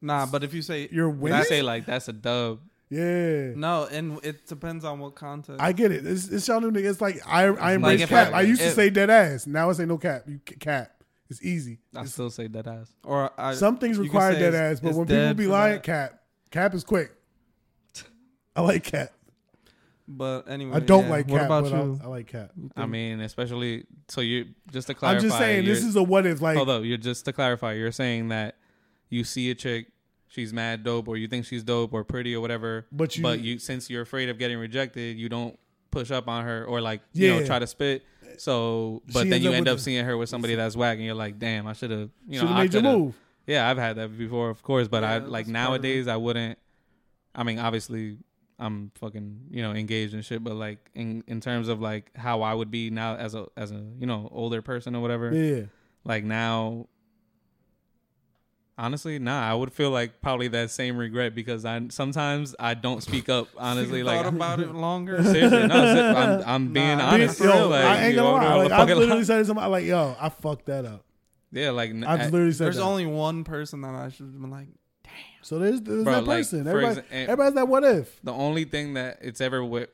S4: nah. But if you say Mm.
S3: you're
S2: I
S3: winning.
S2: say like that's a dub.
S3: yeah.
S4: no, and it depends on what context.
S3: I get it. It's, it's y'all new niggas. It's like I, I embrace
S2: if
S3: cap. I,
S2: I-
S3: used to
S2: if-
S3: say dead ass. Now I say no cap. You c- cap. It's easy.
S2: I still say that ass.
S4: or I,
S3: Some things
S4: you can
S3: require
S4: say
S3: dead
S4: it's-
S3: ass, but
S4: it's
S3: when people
S4: dead
S3: be
S4: for
S3: lying,
S4: that.
S3: cap. Cap is quick. I like cap.
S4: But anyway,
S3: I don't
S4: yeah.
S3: like
S4: What
S3: cap,
S4: about
S3: but
S4: you?
S3: I, I like cap.
S2: I mean, especially so you just to clarify.
S3: I'm just saying this
S2: you're-
S3: is a what if. Like
S2: Hold up, you're just to clarify. You're saying that you see a chick, she's mad dope, or you think she's dope or pretty or whatever.
S3: But you-
S2: but you, since you're afraid of getting rejected, you don't push up on her or like you
S3: Yeah.
S2: know try to spit. So,
S3: She
S2: but then
S3: ends
S2: you
S3: up
S2: end
S3: with
S2: up
S3: the-
S2: seeing her with somebody that's whack, and you're like, damn, I should have. You know,
S3: should have
S2: I
S3: made your
S2: coulda-
S3: move.
S2: Yeah, I've had that before, of course. But I like
S4: Yeah, that's part of it.
S2: nowadays, I wouldn't. I mean, obviously, I'm fucking you know engaged and shit. But like in in terms of like how I would be now as a as a you know older person or whatever
S3: Yeah.
S2: like now honestly nah i would feel like probably that same regret because i sometimes i don't speak up honestly
S4: You
S2: like
S4: thought about it longer.
S2: seriously no ser- i'm, I'm being
S4: Nah,
S2: honest
S4: dude,
S2: bro,
S3: yo,
S2: like,
S3: I ain't gonna
S2: you
S3: lie.
S2: know,
S3: Like, I
S2: fucking-
S3: literally said to somebody like, "Yo, I fucked that up."
S2: yeah like n-
S3: I
S2: I-
S3: have literally said
S4: There's
S3: that.
S4: only one person that I should have been like,
S3: so there's, there's
S2: Bro,
S3: that
S2: like,
S3: person.
S2: for
S3: Everybody,
S2: exa- and-
S3: everybody's that what if?
S2: the only thing that it's ever wi-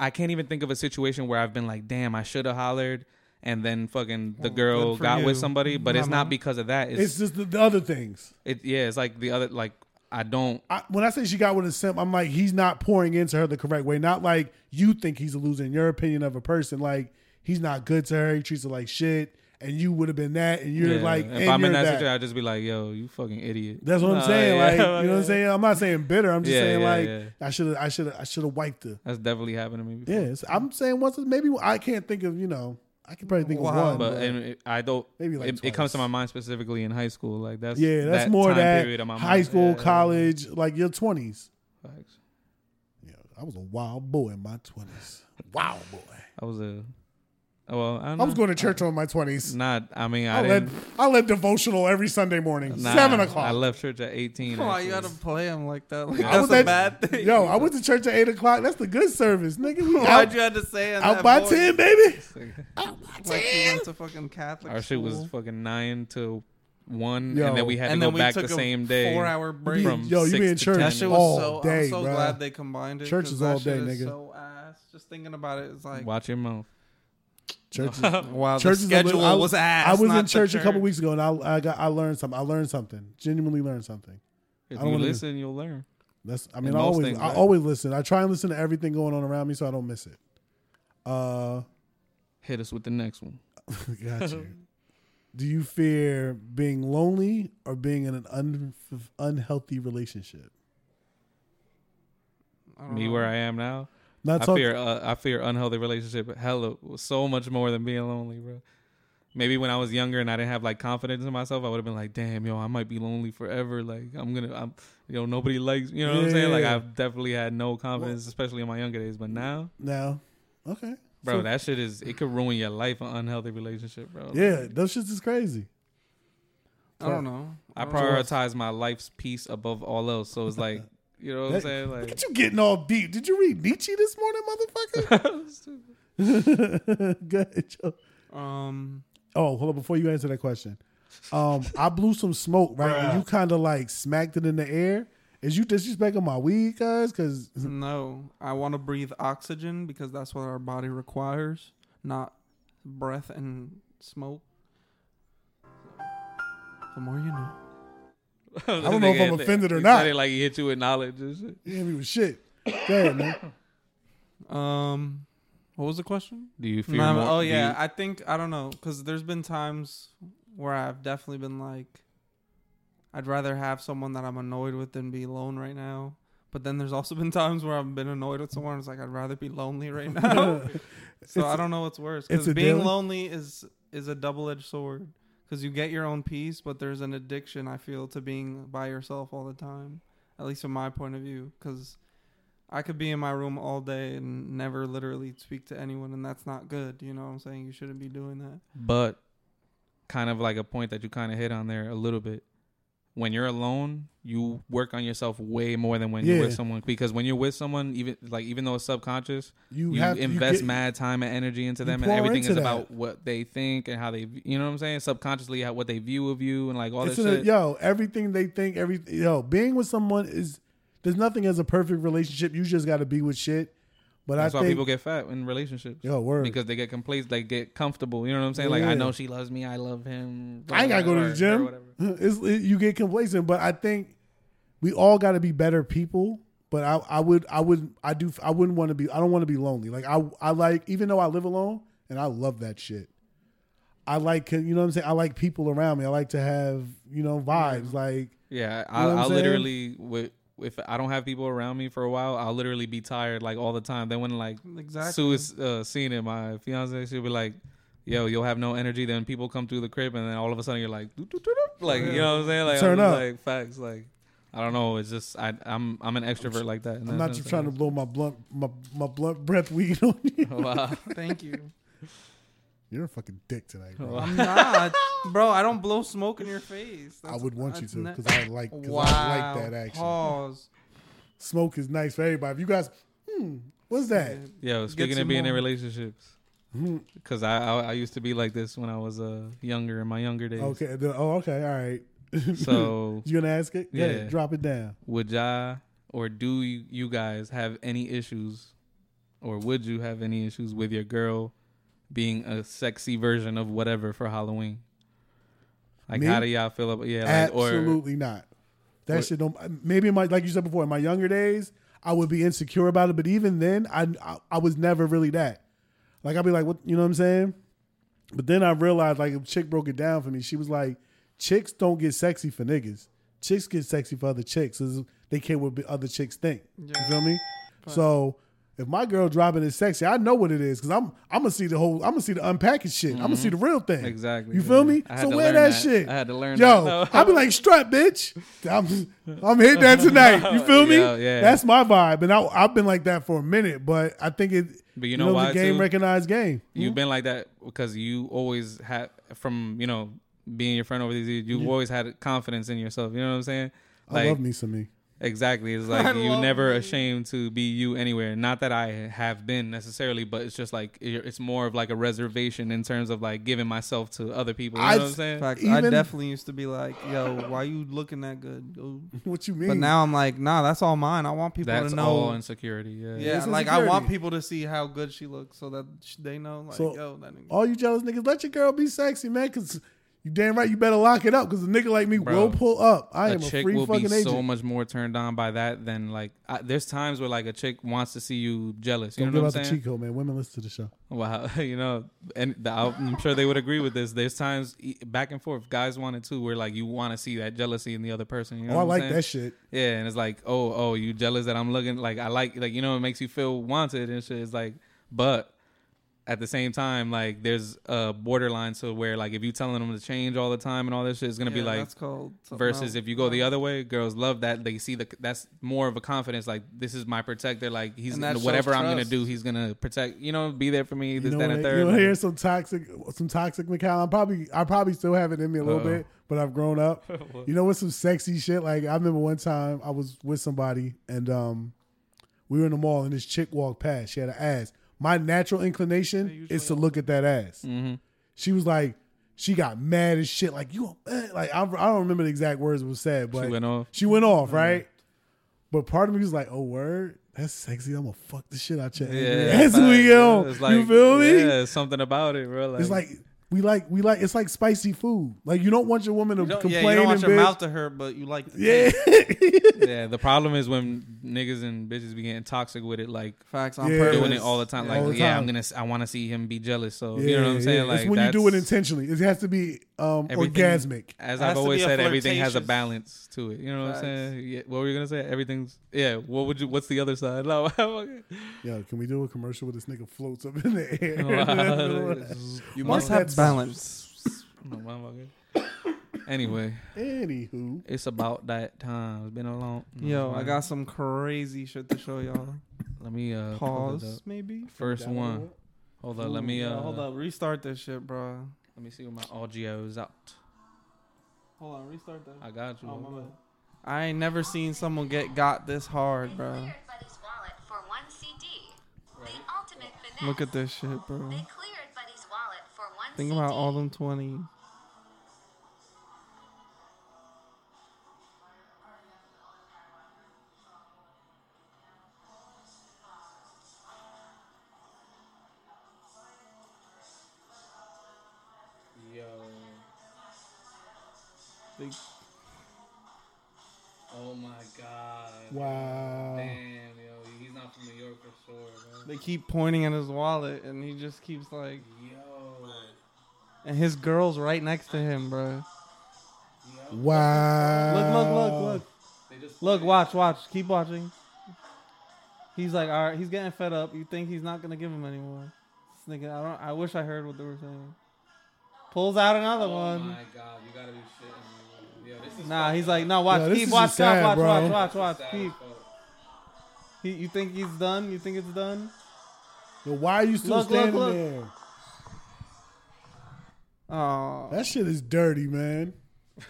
S2: i can't even think of a situation where i've been like damn i should have hollered and then fucking the
S3: Oh,
S4: Well,
S2: girl
S4: good for
S2: got with
S4: you.
S2: somebody but
S4: Nah,
S2: it's not
S4: man.
S2: because of that it's,
S3: It's just the, the other things.
S2: it, yeah it's like the other like i don't
S3: I, when I say she got with a simp, I'm like he's not pouring into her the correct way. Not like you think he's a loser in your opinion of a person. Like he's not good to her. He treats her like shit, and you would have been that. And you're
S2: Yeah,
S3: like,
S2: if
S3: and
S2: I'm
S3: you're
S2: in that,
S3: that.
S2: situation, I'd just be like, "Yo, you fucking idiot."
S3: That's what I'm
S2: Nah,
S3: saying.
S2: yeah.
S3: Like you know what I'm saying. I'm not saying bitter. I'm just
S2: Yeah,
S3: saying
S2: yeah,
S3: like
S2: yeah.
S3: I should have I should have I should have wiped her.
S2: That's definitely happened to me. Before.
S3: Yeah, it's- I'm saying once maybe I can't think of you know I can probably think
S4: Wow.
S3: of one.
S2: but
S3: But
S2: and it, I don't.
S3: Maybe like
S2: it, it comes to
S3: twice.
S2: my mind specifically in high school. Like that's
S3: yeah, that's
S2: that
S3: more
S2: time
S3: that
S2: period of my
S3: high
S2: mind.
S3: school,
S2: Yeah.
S3: college, like your twenties.
S2: Facts.
S3: Yeah, I was a wild boy in my twenties. Wild boy.
S2: I was a. oh, Well, I, don't
S3: I was
S2: know.
S3: going to church on my twenties.
S2: Not. I mean, I,
S3: I led
S2: didn't.
S3: I led devotional every Sunday morning,
S2: nah,
S3: seven
S2: I
S3: o'clock.
S2: left church at eighteen.
S4: "Why
S2: actually.
S4: you gotta play him like that? Like,
S2: I
S3: I
S4: that's
S3: was
S4: a
S3: at-
S4: bad thing.
S3: Yo, I went to church at eight o'clock. That's the good service, nigga. We
S4: Why'd
S3: out,
S4: you have to say it in
S3: out
S4: that
S3: by
S4: voice?
S3: ten, baby. Out by
S4: Like you
S3: ten.
S4: went to fucking Catholic
S2: Our shit was
S4: school.
S2: fucking nine to one,
S3: Yo.
S2: and then we had
S4: and
S2: to
S4: then
S2: go
S4: we
S2: back
S4: took
S2: the
S4: a
S2: same day.
S4: four-hour break.
S2: from
S3: Yo, you
S2: six
S3: be in
S2: to
S3: church
S2: ten.
S4: that shit was
S3: all
S4: so.
S3: day,
S4: I'm so
S3: bruh.
S4: glad they combined it.
S3: Church
S4: 'cause
S3: is
S4: that
S3: all
S4: shit
S3: day,
S4: is
S3: nigga.
S4: So ass. Just thinking about it, it's like
S2: Watch your mouth.
S3: Church is
S4: wow.
S3: church
S4: the
S3: is a
S4: schedule
S3: little- I,
S4: was ass.
S3: I was
S4: not
S3: in
S4: the
S3: church, a couple weeks ago, and I, I got I learned something. I learned something. Genuinely learned something.
S2: If
S3: I don't
S2: you
S3: wanna-
S2: listen, you'll learn.
S3: That's I mean
S2: And
S3: I
S2: most
S3: always
S2: things,
S3: I
S2: right?
S3: always listen. I try and listen to everything going on around me so I don't miss it. Uh,
S2: Hit us with the next one.
S3: got you. Do you fear being lonely or being in an un, unhealthy relationship?
S4: I don't
S2: Me
S4: know.
S2: where I am now.
S3: Not
S2: I
S3: talk-
S2: fear uh, I fear unhealthy relationship hella so much more than being lonely, bro. Maybe when I was younger and I didn't have like confidence in myself, I would have been like, "Damn, yo, I might be lonely forever. Like, I'm gonna, I'm, you know, nobody likes, you know what I'm saying? Like,
S3: Yeah.
S2: I've definitely had no confidence, especially in my younger days. But now,
S3: now. Okay,
S2: bro,
S3: So-
S2: that shit is it could ruin your life. An unhealthy relationship, bro.
S3: yeah, those shits is crazy.
S4: I don't know.
S2: I
S4: don't know.
S2: prioritize my life's peace above all else. So it's like, you know what I'm
S3: That-
S2: saying?
S3: Look
S2: Like,
S3: at you getting all deep. Did you read Nietzsche this morning, motherfucker? Good. Joe.
S4: Um,
S3: Oh, hold on. Before you answer that question, um, I blew some smoke, right? And you kind of like smacked it in the air. Is you disrespecting my weed, cuz? Because
S4: No, I want to breathe oxygen because that's what our body requires, not breath and smoke. The more you know.
S2: I
S3: don't know if I'm offended or not.
S2: Like, he hit you with knowledge and shit.
S3: you hit me with shit. Go ahead, man.
S4: Um, what was the question?
S2: Do you fear?
S4: No,
S2: more,
S4: oh
S2: do
S4: yeah,
S2: you-
S4: I think I don't know because there's been times where I've definitely been like, I'd rather have someone that I'm annoyed with than be alone right now. But then there's also been times where I've been annoyed with someone. and It's like I'd rather be lonely right now. so
S3: It's-
S4: I don't know what's worse
S3: it's
S4: because
S3: a
S4: being
S3: daily-
S4: lonely is is a double edged sword because you get your own peace, but there's an addiction I feel to being by yourself all the time. At least from my point of view, because I could be in my room all day and never literally speak to anyone, and that's not good. You know what I'm saying? You shouldn't be doing that.
S2: But kind of like a point that you kind of hit on there a little bit. When you're alone, you work on yourself way more than when
S3: Yeah.
S2: you're with someone because when you're with someone, even like even though it's subconscious,
S3: You
S2: you,
S3: have- you
S2: invest
S3: get-
S2: mad time and energy into
S3: You
S2: them, and
S3: pour
S2: everything
S3: into
S2: is
S3: that.
S2: about what they think and how they, you know what I'm saying, subconsciously how what they view of you and like all
S3: It's
S2: that
S3: in a-
S2: shit.
S3: yo, everything they think, every yo, being with someone is there's nothing as a perfect relationship. You just got to be with shit. But
S2: That's
S3: I
S2: why
S3: think
S2: people get fat in relationships.
S3: yo, word.
S2: because they get complacent, they get comfortable. You know what I'm saying? Like
S3: Yeah.
S2: I know she loves me, I love him. blah,
S3: I ain't gotta
S2: blah,
S3: go to
S2: or-
S3: the
S2: or
S3: gym.
S2: whatever.
S3: It's, it- you get complacent, but I think we all got to be better people. But I, I would, I would, I do, I wouldn't want to be. I don't want to be lonely. Like I, I like, even though I live alone, and I love that shit. I like, you know what I'm saying. I like people around me. I like to have, you know, vibes. Like
S2: Yeah,
S3: know what
S2: I,
S3: I'm
S2: I'll
S3: saying?
S2: literally with. If I don't have people around me for a while, I'll literally be tired like all the time. Then when like
S4: Exactly.
S2: Sue is uh, seen it, my fiance, she'll be like, "Yo, you'll have no energy." Then people come through the crib, and then all of a sudden you're like, doo, doo, doo, doo. like you know what I'm saying? Like
S3: Turn
S2: I'm
S3: up.
S2: just like facts. Like I don't know. It's just I, I'm I'm an extrovert like that. and
S3: I'm
S2: that's-
S3: not just trying to blow my blunt, my my blunt breath weed on you.
S2: Wow.
S4: Thank you.
S3: You're a fucking dick tonight. Bro.
S4: I'm not, bro. I don't blow smoke in your face.
S3: I
S4: That's-
S3: would want you
S4: that's
S3: to
S4: ne-
S3: because I like, because I like that action.
S4: Pause.
S3: Smoke is nice for everybody. If you guys, hmm, what's that?
S2: Yo, speaking
S4: some
S2: of being in
S4: more.
S2: relationships,
S3: Mm-hmm.
S2: because I, I I used to be like this when I was uh younger in my younger days.
S3: Okay. the- oh, okay. All right.
S2: So
S3: you gonna ask it? Yeah.
S2: Yeah.
S3: drop it down.
S2: would y'all or do you you guys have any issues, or would you have any issues with your girl being a sexy version of whatever for Halloween? Like
S3: Me?
S2: how do y'all feel about yeah? Like, or
S3: Absolutely not. That shit don't. Maybe in my like you said before, in my younger days, I would be insecure about it. But even then, I I, I was never really that. Like I'd be like, what you know what I'm saying? But then I realized, like, a chick broke it down for me. She was like, chicks don't get sexy for niggas. Chicks get sexy for other chicks. 'cause They care what other chicks think. You
S4: Yeah.
S3: feel me? So if my girl dropping is sexy, I know what it is because I'm I'm gonna see the whole. I'm gonna see the unpackaged shit. I'm gonna see the real thing.
S2: Mm-hmm. Exactly,
S3: You feel
S2: yeah.
S3: me?
S2: I had
S3: So
S2: to
S3: wear
S2: learn
S3: that,
S2: that.
S3: shit.
S2: I had to learn
S3: Yo,
S2: that.
S3: I be like strut, bitch. I'm I'm hitting that tonight. You feel me?
S2: Yo, yeah.
S3: That's my vibe, and I, I've been like that for a minute. But I think it.
S2: But you know
S3: it's a
S2: why,
S3: game
S2: too?
S3: recognized game.
S2: you've been like that because you always had from you know being your friend over these years, you've always had confidence in yourself. You know what I'm saying?
S3: I
S2: Like
S3: love me some me.
S2: Exactly. It's like you never ashamed to be you anywhere. Not that I have been necessarily, but it's just like it- it's more of like a reservation in terms of like giving myself to other people. You
S3: I-
S2: know what I'm saying?
S4: Facts. I
S3: Even-
S4: definitely used to be like, yo, why you looking that good? Ooh.
S3: What you mean?
S4: But now I'm like, nah, that's all mine. I want people
S2: That's
S4: to know.
S2: all insecurity. Yeah.
S4: yeah,
S3: It's
S4: like I want
S3: insecurity.
S4: people to see how good she looks, so that sh- they know, like,
S3: So-
S4: yo, that nigga.
S3: all you jealous niggas, let your girl be sexy, man. Because you damn right, you better lock it up. Because a nigga like me
S2: Bro,
S3: will pull up. I
S2: A
S3: am a
S2: chick
S3: free
S2: will
S3: fucking
S2: be
S3: agent.
S2: so much more turned on by that than like I, there's times where like a chick wants to see you jealous. You
S3: Don't
S2: know
S3: give
S2: what
S3: out
S2: I'm
S3: the
S2: saying?
S3: cheat code, man. Women listen to the show.
S2: Wow, you know, and the, I'm sure they would agree with this. There's times e- back and forth, guys want it too, where like you want to see that jealousy in the other person. You know
S3: oh, I
S2: what I'm
S3: like
S2: saying?
S3: that shit.
S2: Yeah, and it's like, oh, oh, you jealous that I'm looking like I like like you know it makes you feel wanted and shit. It's like, but at the same time, like there's a borderline to where like if you telling them to change all the time and all this shit, it's gonna be
S4: Yeah,
S2: like
S4: that's called something
S2: versus
S4: else.
S2: if you go the other way, girls love that they see the that's more of a confidence. Like this is my protector. Like he's
S4: And that
S2: whatever
S4: shows
S2: I'm gonna
S4: trust.
S2: do, he's gonna protect. You know, be there for me. This,
S3: You know,
S2: that, and
S3: what I-
S2: third.
S3: you know, here's some toxic, some toxic Mikhail. I'm probably, I probably still have it in me a little
S2: Uh-oh.
S3: bit, but I've grown up. you know, with some sexy shit. Like I remember one time I was with somebody and um, we were in the mall and this chick walked past. She had an ass. My natural inclination is to look at that ass.
S2: Mm-hmm.
S3: She was like, she got mad as shit. Like you, a man." like I, I don't remember the exact words that was said, but
S2: went off.
S3: She went off,
S2: Uh-huh.
S3: right? But part of me was like, oh word, that's sexy. I'm gonna fuck the shit out your angry ass.
S2: facts,
S3: we
S2: yeah. It's
S3: you feel me?
S2: Yeah, it's something about it, bro. Like,
S3: It's like we like we like it's like spicy food. Like you don't want your woman to
S4: You don't,
S3: complain
S4: yeah, you don't want
S3: and
S4: your
S3: bitch.
S4: mouth to hurt, but you like the
S3: yeah.
S2: yeah. The problem is when niggas and bitches be getting toxic with it. Like
S4: facts on
S3: Yeah.
S4: purpose.
S2: doing it all the time.
S3: All
S2: Like,
S3: the
S2: yeah,
S3: time.
S2: I'm gonna, s- I want to see him be jealous. So
S3: yeah,
S2: you know what I'm saying?
S3: yeah.
S2: Like,
S3: it's when you do it
S2: that's
S3: intentionally. It has to be um,
S2: everything-
S3: orgasmic.
S2: As
S4: It has
S2: I've
S4: to
S2: always
S4: be a
S2: said, everything has a
S4: flirtatious-
S2: balance to it. You know what
S4: Facts.
S2: I'm saying? Yeah, what were you gonna say? Everything's yeah. What would you? What's the other side? No,
S3: Yo, can we do a commercial where this nigga floats up in the air?
S2: you
S4: You
S3: Once
S4: must have
S3: that's-
S4: balance.
S2: motherfucker. Anyway,
S3: Anywho,
S2: it's about that time. It's been a long.
S3: mm,
S4: Yo, I got some crazy shit to show y'all.
S2: Let me uh, pull it
S4: Pause, maybe.
S2: up. First one. Hold on. Let me
S4: Ooh,
S2: uh.
S4: yo, hold up. Restart this shit, bro.
S2: Let me see what my audio is out.
S4: Hold on. Restart that.
S2: I got you.
S4: Oh, my bad. I ain't never seen someone get got this hard, bro.
S6: Cleared Buddy's wallet for one CD. The ultimate finesse.
S4: Look at this shit, bro.
S6: They cleared Buddy's wallet for one
S4: Think
S6: CD.
S4: about all them twenties.
S2: Yo.
S4: Think-
S2: Oh my god.
S3: Wow.
S2: Damn, yo, he's not from New York for sure,
S4: They keep pointing at his wallet, and he just keeps like,
S2: Yo.
S4: and his girl's right next to him, bro.
S3: Wow.
S4: Look, look, look, look,
S2: They just
S4: look. Watch, watch. Keep watching. He's like, all right. He's getting fed up. You think he's not gonna give him anymore? This nigga, I don't. I wish I heard what they were saying. Pulls out another one.
S2: god, you gotta be shitting me. Yo, this is
S4: Nah, he's like, no, watch,
S3: Yo, this
S4: keep,
S3: is
S4: watch,
S3: just sad,
S4: watch,
S3: bro.
S4: watch, watch, watch, watch, keep. He, you think he's done? You think it's done?
S3: Yo, why are you still
S4: Look, look,
S3: standing
S4: look.
S3: there?
S4: Oh,
S3: That shit is dirty, man.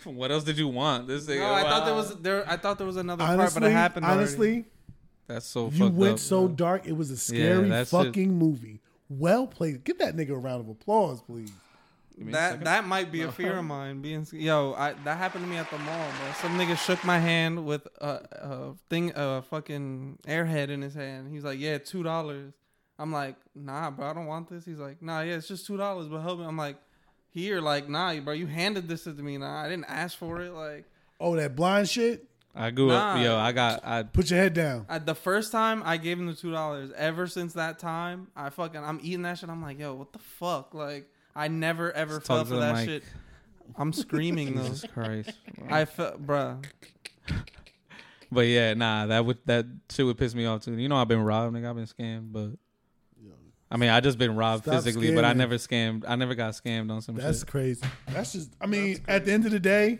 S2: What else did you want? This thing.
S4: no, I thought there was there. I thought there was another part,
S3: Honestly,
S4: but it happened. already.
S3: honestly,
S2: That's so
S3: you
S2: fucked
S3: went
S2: up.
S3: so dark. It was a scary
S2: that's it.
S3: fucking movie. Well played. Give that nigga a round of applause, please.
S2: Give me a
S4: that
S2: second.
S4: that might be a fear of mine. Being sc- yo, I, that happened to me at the mall, bro. Some nigga shook my hand with a, a thing, a fucking airhead in his hand. He's like, yeah, two dollars. I'm like, nah, bro, I don't want this. He's like, nah, yeah, it's just two dollars, but help me. I'm like, here, like, nah, bro, you handed this to me, nah, I didn't ask for it, like.
S3: Oh, that blind shit.
S2: I grew up.
S4: Nah.
S2: Yo, I got. I
S3: Put your head
S2: Ah,
S3: down.
S4: I, the first time I gave him the two dollars. Ever since that time, I fucking I'm eating that shit. I'm like, yo, what the fuck? Like, I never ever
S2: Just
S4: fell
S2: talk
S4: for
S2: to the
S4: that
S2: mic.
S4: shit. I'm screaming though.
S2: Jesus Christ.
S4: I felt, bruh.
S2: But yeah, nah, that would that shit would piss me off too. You know, I've been robbed, nigga. I've been scammed, but I mean, I just been robbed
S3: Stop
S2: physically, but I
S3: scamming.
S2: never scammed. I never got scammed on some
S3: That's
S2: shit.
S3: crazy. That's just. I mean, at the end of the day,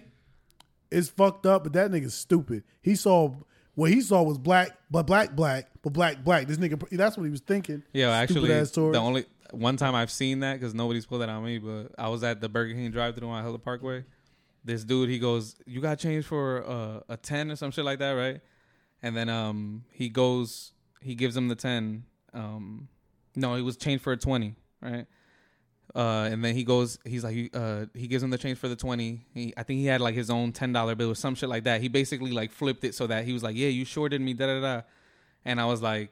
S3: it's fucked up. But that nigga's stupid. He saw what he saw was black, but black, black, but black, black. This nigga. That's what he was thinking.
S2: Yeah, actually,
S3: Stupid-ass tourist.
S2: the only one time I've seen that because nobody's pulled that on me, but I was at the Burger King drive-thru on Hella Parkway. This dude, he goes, "You got change for uh, a ten or some shit like that, right?" And then um, he goes, he gives him the ten. Um, no, it was change for a twenty, right? Uh, and then he goes, he's like, you- uh, he gives him the change for the twenty. He, I think he had like his own ten dollar bill or some shit like that. He basically like flipped it so that he was like, "Yeah, you shorted me, da da da," and I was like,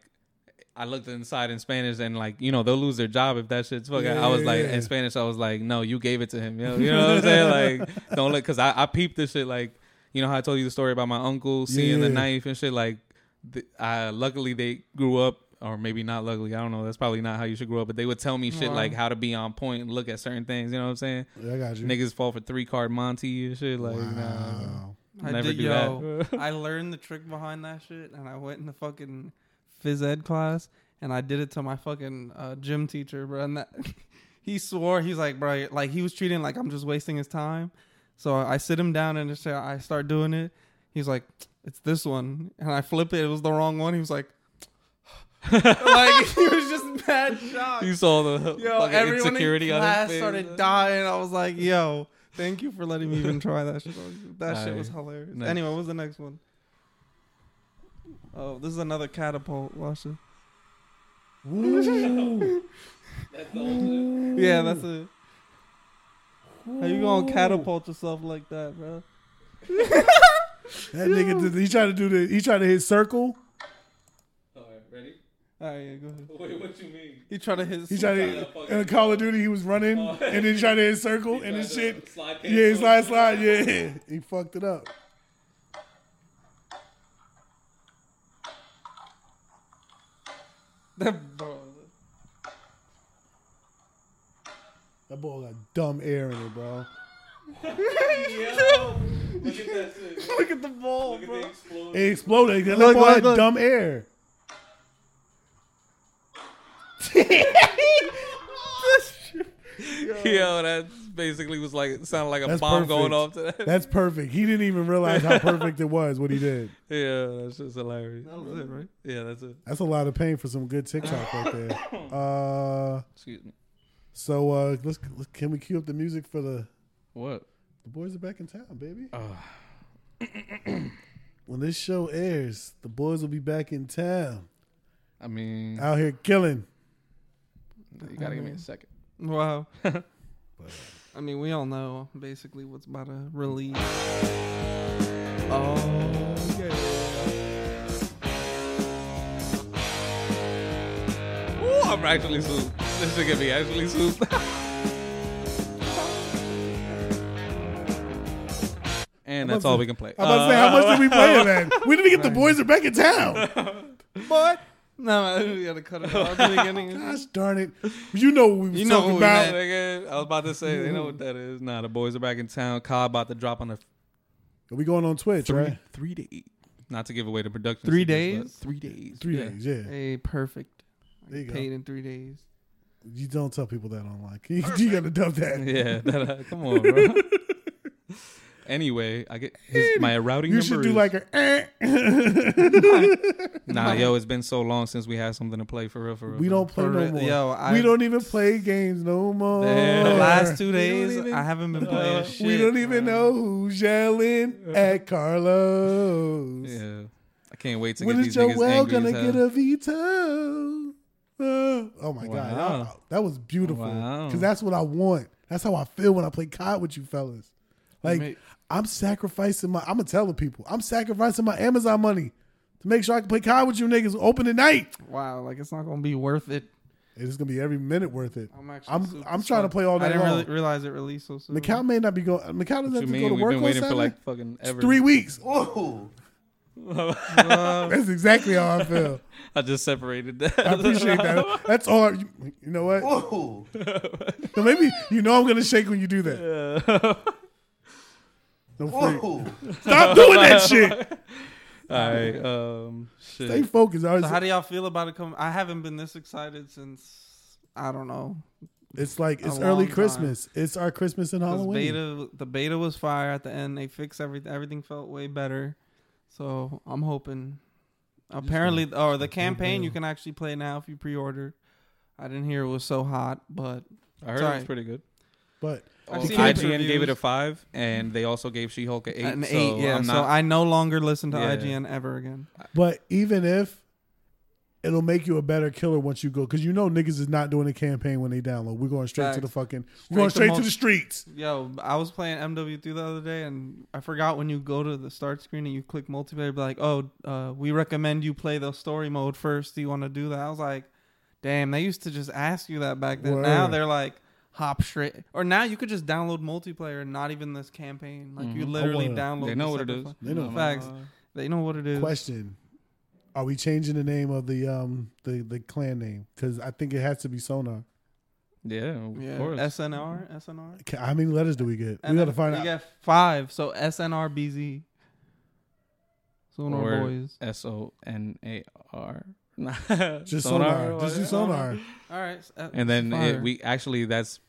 S2: I looked inside in Spanish and like you know they'll lose their job if that shit's fucking. I was
S3: Yeah,
S2: like
S3: yeah, yeah.
S2: in Spanish, I was like, no, you gave it to him. Yo. You know what I'm saying? Like don't let because I, I peeped this shit. Like you know how I told you the story about my uncle seeing the
S3: Yeah.
S2: knife and shit. Like th- I luckily they grew up or maybe not luckily. I don't know. That's probably not how you should grow up. But they would tell me shit
S4: Wow.
S2: like how to be on point and look at certain things. You know what I'm saying?
S3: Yeah, I got you.
S2: Niggas fall for three card Monty and shit. Like nah.
S3: Wow.
S4: I
S2: Never
S4: did,
S2: do
S4: yo. I learned the trick behind that shit, and I went in the fucking phys ed class, and I did it to my fucking uh, gym teacher, bro. And that he swore he's like, bro, like he was treating it like I'm just wasting his time. So I sit him down and just, I start doing it. He's like, it's this one, and I flip it. It was the wrong one. He was like, like he was just mad shocked.
S2: You saw the
S4: Yo,
S2: fucking
S4: everyone
S2: insecurity
S4: in
S2: on his
S4: class
S2: face.
S4: started dying. I was like, yo, thank you for letting me even try that shit. That shit was
S2: Alright,
S4: hilarious.
S2: next.
S4: Anyway, what was the next one? Oh, this is another catapult. Watch it.
S3: Woo.
S4: Yeah, that's it. How you gonna catapult yourself like that, bro?
S3: That nigga, did, he tried to do the, he tried to hit circle.
S2: ready?
S4: All right, yeah, go ahead.
S2: Wait, what you mean?
S4: He tried to hit.
S3: He tried to, in Call of Duty, he was running, and then he tried to hit circle, and then shit.
S2: Slide
S3: Yeah, he slide, slide, yeah. He fucked it up.
S4: that, bro.
S3: That ball got dumb air in it, bro.
S2: Look at that shit.
S4: Look at the ball, bro.
S2: explode.
S3: It exploded. That
S4: Look,
S3: ball
S4: look,
S3: had
S4: look.
S3: dumb air.
S4: This shit-
S2: Yo, that's basically was like it sounded like a
S3: That's
S2: bomb
S3: perfect.
S2: going off to that.
S3: That's perfect. He didn't even realize how perfect it was what he did.
S2: yeah, that's just hilarious.
S4: That was it, right?
S2: Yeah, that's it.
S3: That's a lot of pain for some good TikTok right there. Uh,
S2: Excuse me.
S3: so uh, let's, let's can we cue up the music for the
S2: What?
S3: the boys are back in town, baby.
S4: Uh.
S3: when this show airs, the boys will be back in town,
S2: I mean,
S3: out here killing.
S2: you gotta give me a second.
S4: Wow. I mean, we all know basically what's about to release. Oh, yeah.
S2: Ooh, I'm actually souped. This should get me actually souped. and that's all we can play. Uh,
S3: I'm about to say, how much did we play it at? We didn't get the boys are back in town.
S4: But no, we gotta cut it off at the beginning.
S3: Gosh darn it! You know what we was
S4: You know
S3: talking
S4: what we
S3: about.
S4: meant.
S2: Nigga, I was about to say, they know what that is. Nah, the boys are back in town. Kyle about to drop on the
S3: Are we going on Twitch,
S2: three,
S3: right?
S2: three to eight. Not to give away the production.
S4: Three
S2: secrets, but Three
S4: days?
S2: days.
S3: Three
S2: yeah.
S3: days, yeah.
S4: Hey, perfect. I
S3: There you
S4: get
S3: go.
S4: paid in three days.
S3: You don't tell people that online. You, you gotta dub that.
S2: Yeah, that, uh, come on, bro. anyway, I get his, my routing
S3: You
S2: number
S3: should do
S2: is-
S3: like a. Eh.
S2: Nah, yo, it's been so long since we had something to play for real, for real.
S3: We don't play
S4: For
S3: no
S4: real.
S3: more.
S4: Yo, I-
S3: we don't even play games no more.
S2: Damn.
S4: The
S2: Or-
S4: last two
S2: We don't
S4: days,
S2: even-
S4: I haven't been playing
S2: Uh,
S4: shit.
S3: we don't even know who's yelling at Carlos.
S2: Yeah, I can't wait to
S3: When
S2: get
S3: is
S2: these
S3: Joel
S2: niggas angry
S3: gonna
S2: as hell.
S3: get a veto? Uh, oh my god,
S2: Wow.
S3: That- that was beautiful.
S2: Wow.
S3: Because that's what I want. That's how I feel when I play COD with you fellas. Like
S4: Mate.
S3: I'm sacrificing my. I'm gonna tell the people. I'm sacrificing my Amazon money to make sure I can play COD with you niggas. Open tonight.
S4: Wow, like it's not gonna be worth it.
S3: It's gonna be every minute worth it.
S4: I'm actually.
S3: I'm
S4: super
S3: I'm trying to
S4: stoked.
S3: play all
S4: I
S3: night
S4: didn't
S3: long.
S4: really realize it released so soon.
S3: Macau may not be going. Macau doesn't have to go to
S2: What you mean? We've
S3: work
S2: been
S3: on
S2: waiting
S3: Saturday.
S2: for like fucking ever.
S3: Three weeks.
S2: I
S3: That's exactly how I feel.
S2: just separated that.
S3: I appreciate that. That's all. I, you know what? So maybe you know I'm gonna shake when you do that. No freak. Stop doing that shit.
S2: All right, um, shit.
S3: Stay focused. I was-
S4: So how do y'all feel about it coming? I haven't been this excited since I don't know.
S3: it's like it's
S4: a
S3: early
S4: long time.
S3: Christmas. It's our Christmas and
S4: 'Cause
S3: Halloween.
S4: beta, the beta was fire at the end. They fixed everything. Everything felt way better. So I'm hoping. Apparently, or the campaign you can actually play now if you pre-ordered. I didn't hear it was so hot, but
S2: I heard it was
S4: Sorry.
S2: pretty good.
S3: But
S4: I've
S2: Oh,
S4: seen
S2: IGN
S4: mixed
S2: gave it a
S4: reviews.
S2: five, and they also gave She-Hulk a eight.
S4: an
S2: so
S4: eight. Yeah,
S2: I'm
S4: so
S2: not,
S4: I no longer listen to
S2: Yeah.
S4: IGN ever again.
S3: but even if it'll make you a better killer once you go, because you know niggas is not doing a campaign when they download. We're going straight to the
S4: Facts.
S3: fucking. we're going
S4: to
S3: straight to,
S4: mul-
S3: the streets.
S4: Yo, I was playing MW3 the other day, and I forgot when you go to the start screen and you click multiplayer, be like, oh, uh, we recommend you play the story mode first. Do you want to do that? I was like, damn, they used to just ask you that back then. Now
S3: Word.
S4: they're like, hop straight. Or now you could just download multiplayer and not even this campaign. Like, you literally
S3: wanna-
S4: download
S2: Mm-hmm. They know
S4: the
S2: what it
S4: separate
S2: is.
S4: file.
S3: They know.
S4: Facts. They know what it is.
S3: Question: Are we changing the name of the um the the clan name? Because I think it has to be Sonar.
S2: yeah, of
S4: Yeah,
S2: course.
S4: SNR, SNR.
S3: Ca- How many letters do we get?
S4: And
S3: we
S4: then
S3: gotta find
S4: you
S3: out.
S4: get five, so SNRBZ. Sonar
S2: or
S4: Boys.
S2: S O N A R.
S3: Just sonar. Just do sonar.
S4: All right. s- uh,
S2: And then
S4: fire.
S2: it, we actually that's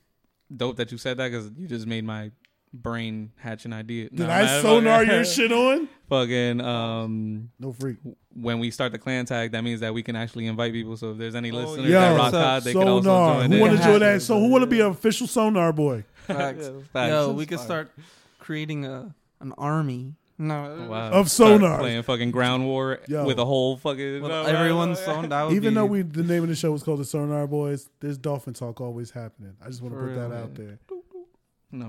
S2: dope that you said that because you just made my brain hatch an idea.
S3: Did I sonar your shit on?
S2: Fucking um,
S3: No freak.
S2: when we start the clan tag, that means that we can actually invite people. So if there's any listeners
S3: Oh, yeah.
S2: that rock
S4: So-
S2: hard, they can also
S3: sonar.
S2: join.
S3: Who
S2: in.
S3: want to
S4: Yeah.
S3: join that? So who want to be an official sonar boy?
S4: Facts.
S2: Facts.
S4: Yo, we could start creating a an army. No,
S2: Oh, Wow.
S3: Of
S2: Start
S3: sonar.
S2: playing fucking ground war
S3: Yo.
S2: with a whole fucking
S4: with everyone's song. That would
S3: Even
S4: be-
S3: though we the name of the show was called the Sonar Boys, there's dolphin talk always happening. I just want to
S4: For
S3: put that
S4: real,
S3: out
S4: man.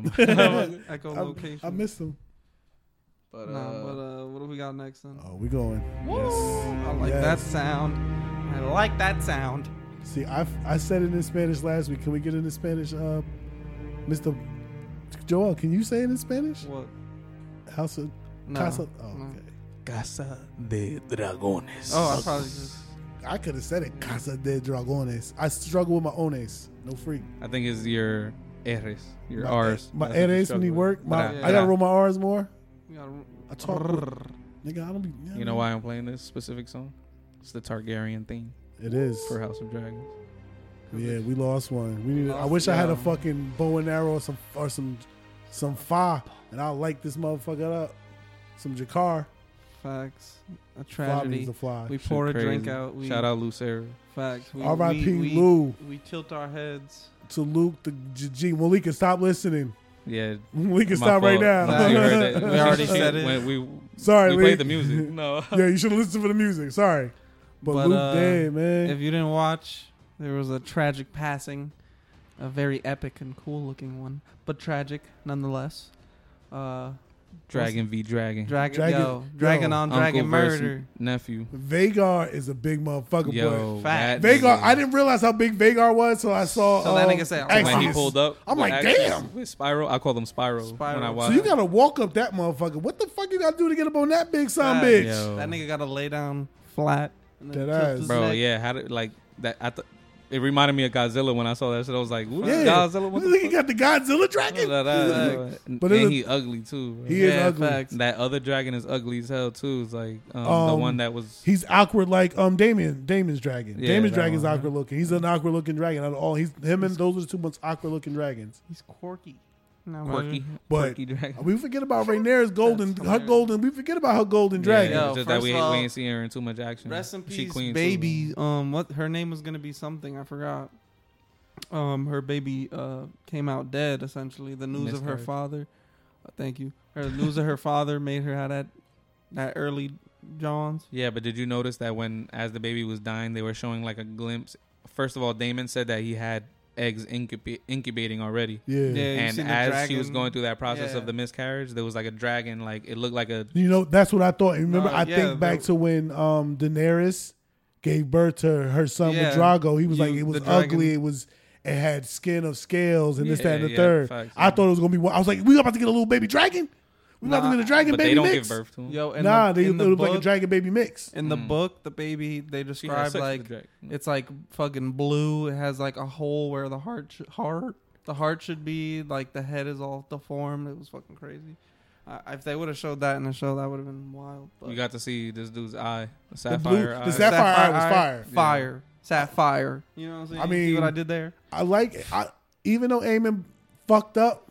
S3: there.
S2: No,
S4: echo
S3: I,
S4: location.
S3: I miss them.
S2: but,
S4: No,
S2: uh,
S4: but uh, what do we got next then?
S3: Oh, we going.
S4: I like
S3: Yes.
S4: that sound. I like that sound.
S3: See, I I said it in Spanish last week. Can we get it in Spanish, uh, Mr. Joel? Can you say it in Spanish?
S4: What?
S3: House of
S4: No.
S3: Casa. Oh,
S4: No.
S3: okay.
S2: Casa de Dragones.
S4: Oh, I probably just.
S3: I could have said it. Casa de Dragones. I struggle with my ones. No freak.
S2: I think it's your R's, your R's.
S3: My
S2: That's what you
S3: R's when
S2: struggle
S3: he
S2: with. uh,
S3: work. My,
S2: Tra,
S3: I gotta
S2: tra.
S3: roll my R's more.
S4: We gotta,
S3: I talk. Nigga, I don't be.
S2: You know why I'm playing this specific song? It's the Targaryen theme
S3: It is.
S2: for House of Dragons.
S4: 'cause
S3: Yeah,
S4: it-
S3: we lost one. We need. I
S4: Lost
S3: wish I had a
S4: one.
S3: fucking bow and arrow or some or some some fa, and I'll light this motherfucker up. Some Jakar.
S4: facts.
S3: Fly
S4: A
S3: means
S4: tragedy.
S3: to fly.
S4: We
S2: Shit
S4: pour a drink
S2: crazy.
S4: out. We,
S2: Shout out Lucero.
S4: Facts. We,
S3: R.I.P.
S4: we- we-
S3: Lou.
S4: We tilt our heads.
S3: to Luke, the G. G- Malika, stop listening.
S2: Yeah,
S3: Malika,
S2: my
S3: stop right
S2: fault.
S3: now.
S2: Nah, you heard that.
S4: We already
S2: She-
S4: said it.
S2: when we
S3: Sorry,
S2: we
S3: Lee.
S2: played the music. No,
S3: yeah, you should have listened for the music. Sorry, but,
S4: But,
S3: Luke
S4: uh,
S3: dead, man.
S4: If you didn't watch, there was a tragic passing, a very epic and cool looking one, but tragic nonetheless. Uh,
S2: Dragon v Dragon.
S4: Dragon,
S3: Dragon-
S4: yo, Dragon
S3: yo.
S4: on
S2: Uncle
S4: Dragon
S2: versus
S4: Murder.
S2: nephew.
S3: Vagar is a big motherfucker, boy.
S2: Yo,
S4: Fact.
S2: that
S3: Vagar,
S2: nigga.
S3: I didn't realize how big Vagar was till I saw.
S4: So that
S3: um,
S4: nigga said,
S2: "Oh, when he
S3: Exodus.
S2: pulled up.
S3: I'm
S2: with
S3: like,
S2: Axis,
S3: damn.
S2: With Spiral, I call him Spiral.
S4: Spiral.
S2: When I
S4: So
S2: watch,
S3: So you gotta walk up that motherfucker. What the fuck you gotta do to get up on that big son,
S4: Facts.
S3: bitch?
S2: Yo.
S4: That nigga got to lay down flat. and then
S3: Dead
S4: tilt
S3: ass.
S4: his
S2: bro,
S4: neck.
S2: yeah, how did like that? I th- it reminded me of Godzilla when I saw that shit. I was like, who
S3: Yeah,
S2: yeah. Godzilla? What
S3: This
S2: the
S3: nigga
S2: fuck?
S3: got the Godzilla
S2: Da, da,
S3: dragon.
S2: da, da.
S3: But it
S2: and
S3: is-
S2: he ugly too. Bro.
S3: He is
S4: Yeah,
S3: ugly.
S4: facts.
S2: that other dragon is ugly as hell too. It's like um, the
S3: Um,
S2: one that was
S3: He's awkward like um Damien Damien's dragon.
S2: Yeah,
S3: Damien's
S2: that
S3: dragon's
S2: one.
S3: awkward looking. He's an awkward looking dragon out of all. He's him and those are the two most awkward looking dragons.
S4: He's quirky. No,
S2: quirky,
S3: But-
S2: quirky dragon.
S3: We forget about Rhaenyra's golden, her
S4: hilarious.
S3: golden. We forget about her golden dragon.
S2: Yeah,
S4: Yo,
S2: just that
S4: first
S2: we,
S4: of all,
S2: we ain't seeing her in too much action.
S4: Rest in
S2: She
S4: peace,
S2: queen, too.
S4: baby. Um, what her name was gonna be something I forgot. Um, her baby uh came out dead. Essentially, the news of her
S2: Miscarriage.
S4: father. uh, thank you. Her news of her father made her have that that early Johns.
S2: Yeah, but did you notice that when as the baby was dying, they were showing like a glimpse. First of all, Damon said that he had eggs incub- incubating already.
S3: Yeah.
S4: Yeah, you
S2: and
S4: seen the
S2: as she was
S4: dragon.
S2: going through that process
S4: Yeah.
S2: of the miscarriage, there was like a dragon, like it looked like a
S3: You know that's what I thought. And remember,
S4: No,
S3: I
S4: yeah,
S3: think back
S4: the-
S3: to when um Daenerys gave birth to her son
S4: Yeah.
S3: with Drago. He was
S4: You-
S3: like, it was
S4: the dragon-
S3: ugly. It was. It had skin of scales and this, that, and
S2: Yeah,
S3: the
S2: yeah,
S3: third.
S2: facts,
S3: I
S2: yeah.
S3: thought it was gonna be. one- I was like, we about to get a little baby dragon. We about
S4: Nah,
S3: to get a dragon
S2: but
S3: baby
S2: they don't
S3: mix.
S2: give birth to him.
S4: Yo, in
S3: nah,
S4: the,
S3: they
S4: in
S3: it
S4: the
S3: looked
S4: book,
S3: like a dragon baby mix.
S4: In the book, the baby they
S2: Mm. She had
S4: describe
S2: sex
S4: like
S2: with Mm. the dragon.
S4: it's like fucking blue. It has like a hole where the heart sh- heart the heart should be. Like the head is all deformed. It was fucking crazy. I, if they would have showed that in the show, that would have been wild. But.
S2: You got to see this dude's eye, the
S3: blue-
S2: sapphire
S3: the
S2: eye.
S3: sap- Sapphire Eye was fire.
S4: Fire. Sapphire. You know what I'm saying?
S3: I
S4: You see
S3: mean-
S4: what I did there?
S3: I like. it. I even though Eamon fucked up,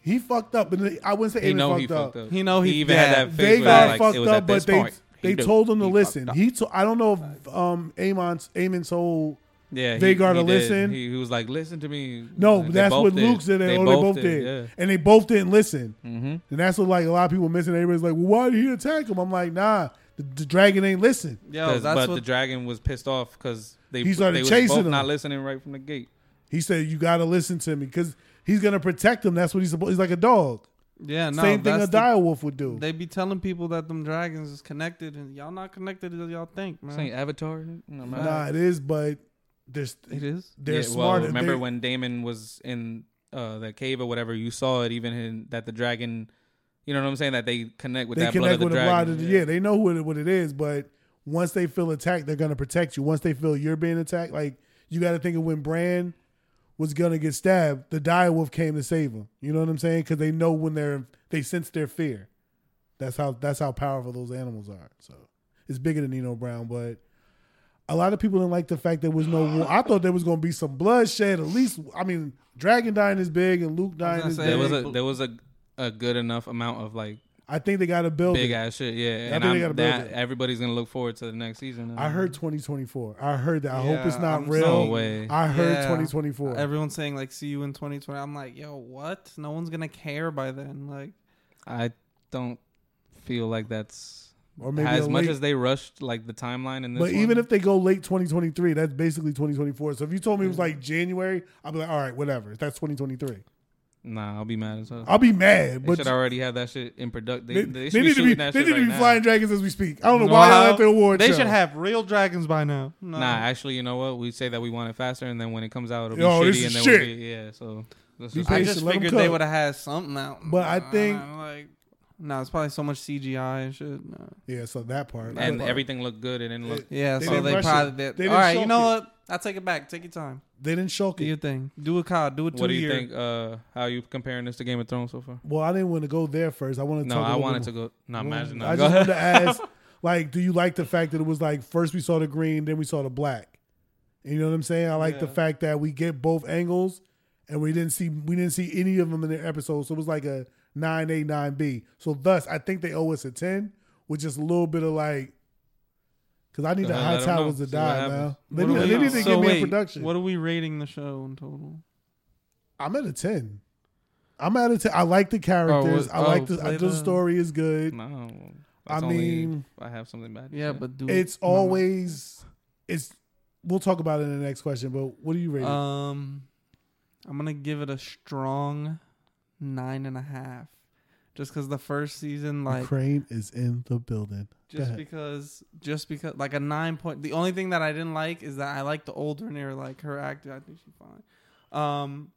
S3: he fucked up. But I wouldn't say
S2: he
S3: Eamon
S2: know
S3: fucked,
S2: he
S3: up.
S2: fucked up.
S4: He know he-
S2: even
S4: yeah.
S2: had that face.
S3: They
S2: where,
S3: got
S2: like,
S3: fucked
S2: it was
S3: up,
S2: at this
S3: but they
S2: point. He
S3: they
S2: knew.
S3: told him to
S2: He
S3: listen.
S2: fucked up.
S3: He to, I don't know if um Amon's Eamon told
S2: yeah, he-
S3: they got to
S2: he did.
S3: listen.
S2: He, he was like, "Listen to me."
S3: no.
S2: They
S3: but that's
S2: both
S3: what
S2: did. Mm-hmm.
S3: Luke said. They, oh, they both did, and they both didn't listen.
S2: Yeah.
S3: And that's what like a lot of people missing. Everybody's like, well, why did he attack him? I'm like, nah, the, the dragon ain't listen.
S4: Yo, Oh, that's
S2: but the
S4: what.
S2: dragon was pissed off because they
S3: He started
S2: they was
S3: chasing
S2: both
S3: him.
S2: not listening right from the gate.
S3: He said you got to listen to me because he's gonna protect him. That's what he's supposed. He's like a dog.
S4: Yeah, no.
S3: Same thing
S4: that's
S3: a
S4: the-
S3: dire wolf would do.
S4: They be telling people that them dragons is connected, and y'all not connected as y'all think, man.
S2: This ain't Avatar. No, man.
S3: nah, it is, but there's
S4: It is.
S3: they're
S2: Yeah,
S3: smart.
S2: Well, remember
S3: They-
S2: when Damon was in uh, the cave or whatever? You saw it even in, that the dragon. You know what I'm saying? That they connect with
S3: they
S2: that blood
S3: connect
S2: of the
S3: with a
S2: dragon.
S3: lot of the, yeah. they know what it, what it is, but once they feel attacked, they're gonna protect you. Once they feel you're being attacked, like you got to think of when Bran was gonna get stabbed, the dire wolf came to save him. You know what I'm saying? Because they know when they're they sense their fear. That's how that's how powerful those animals are. So it's bigger than Nino Brown, but. A lot of people didn't like the fact there was no war. I thought there was going to be some bloodshed. At least, I mean, Dragon dying is big and Luke dying
S4: gonna
S3: is
S4: say,
S2: There
S3: big.
S2: was
S4: Yeah.
S2: a there was a a good enough amount of like
S3: I think they got to build
S2: big
S3: it.
S2: ass shit. Yeah,
S3: think
S2: and
S3: they
S2: I'm,
S3: gotta build
S2: that,
S3: it.
S2: everybody's gonna look forward to the next season.
S3: I heard 2024. I heard that. I hope
S4: Yeah,
S3: it's not
S4: I'm
S3: real.
S2: No way.
S3: I heard
S4: Yeah.
S3: 2024.
S4: Everyone's saying like, "See you in 2020." I'm like, "Yo, what? No one's gonna care by then." Like,
S2: I don't feel like that's
S3: or maybe
S2: as
S3: a
S2: much
S3: late,
S2: as they rushed like the timeline in this.
S3: But even
S2: one,
S3: if they go late 2023, that's basically 2024. So if you told me it was like January, I'd be like, all right, whatever. That's 2023.
S2: nah, I'll be mad as hell.
S3: I'll be mad.
S2: They
S3: But
S2: should already have that shit in product. They,
S3: they,
S2: they,
S3: they
S2: should be
S3: need to be,
S2: shooting that
S3: they
S2: shit
S3: need
S2: right
S3: to be
S2: now.
S3: flying dragons as we speak. I don't know why y'all at the award
S4: They
S3: show.
S4: should have real dragons by now. No.
S2: Nah, actually, you know what? We say that we want it faster, and then when it comes out, it'll be
S3: Yo,
S2: shitty,
S3: Oh, this is
S2: and then
S3: shit.
S2: we'll be yeah. So that's
S3: Be
S2: just-
S4: I
S3: patient.
S4: just
S3: let 'em
S4: figured they
S3: cook.
S4: would have had something out.
S3: But I think-
S4: Uh, like, no, it's probably so much CGI and shit. No.
S3: Yeah, so that part.
S2: and
S3: But
S2: everything looked good. It didn't look.
S4: Yeah,
S3: They
S4: so
S3: didn't
S4: they
S3: rush
S4: probably
S3: it.
S4: did.
S3: They didn't
S4: All right, you
S3: shock
S4: know
S3: you.
S4: what? I take it back. Take your time.
S3: they didn't shock
S4: Do your
S3: it.
S4: thing. Do a cod. Do a two
S2: What do you
S4: year.
S2: think? Uh, how you comparing this to Game of Thrones so far?
S3: Well, I didn't want to go there first. I wanted to
S2: No,
S3: talk a
S2: I
S3: little
S2: wanted
S3: bit
S2: to go. Not
S3: more.
S2: imagine.
S3: I
S2: that.
S3: just wanted to ask, like, do you like the fact that it was like first we saw the green, then we saw the black? You know what I'm saying? I like the
S4: Yeah.
S3: fact that we get both angles, and we didn't see we didn't see any of them in the episode, so it was like a nine a nine b. So thus, I think they owe us a ten with just a little bit of like, because I need
S2: Go
S3: the
S2: ahead,
S3: high
S2: let 'em know.
S3: towers to
S2: See what
S3: die
S2: happens.
S3: now. They
S4: What
S3: need,
S4: are
S3: they
S4: we-
S3: need to
S4: so
S3: give me
S4: wait,
S3: a production.
S4: What are we rating the show in total?
S3: I'm at a ten. I'm at a ten. I like the characters.
S2: what-
S3: I like
S2: oh,
S3: the.
S4: play
S3: I, the
S4: the-
S3: story is good.
S2: No,
S3: I
S2: that's only
S3: mean-
S2: if I have something bad. to
S4: Yeah,
S2: say.
S4: but do
S3: It's
S4: no, no.
S3: always. It's. We'll talk about it in the next question. But what do you rate it?
S4: Um, I'm gonna give it a strong nine and a half, just because the first season, like,
S3: Crane is in the building. Go
S4: just
S3: ahead.
S4: because, just because, like a nine point. The only thing that I didn't like is that I like the older Nair, like her acting. I think she's fine. Um,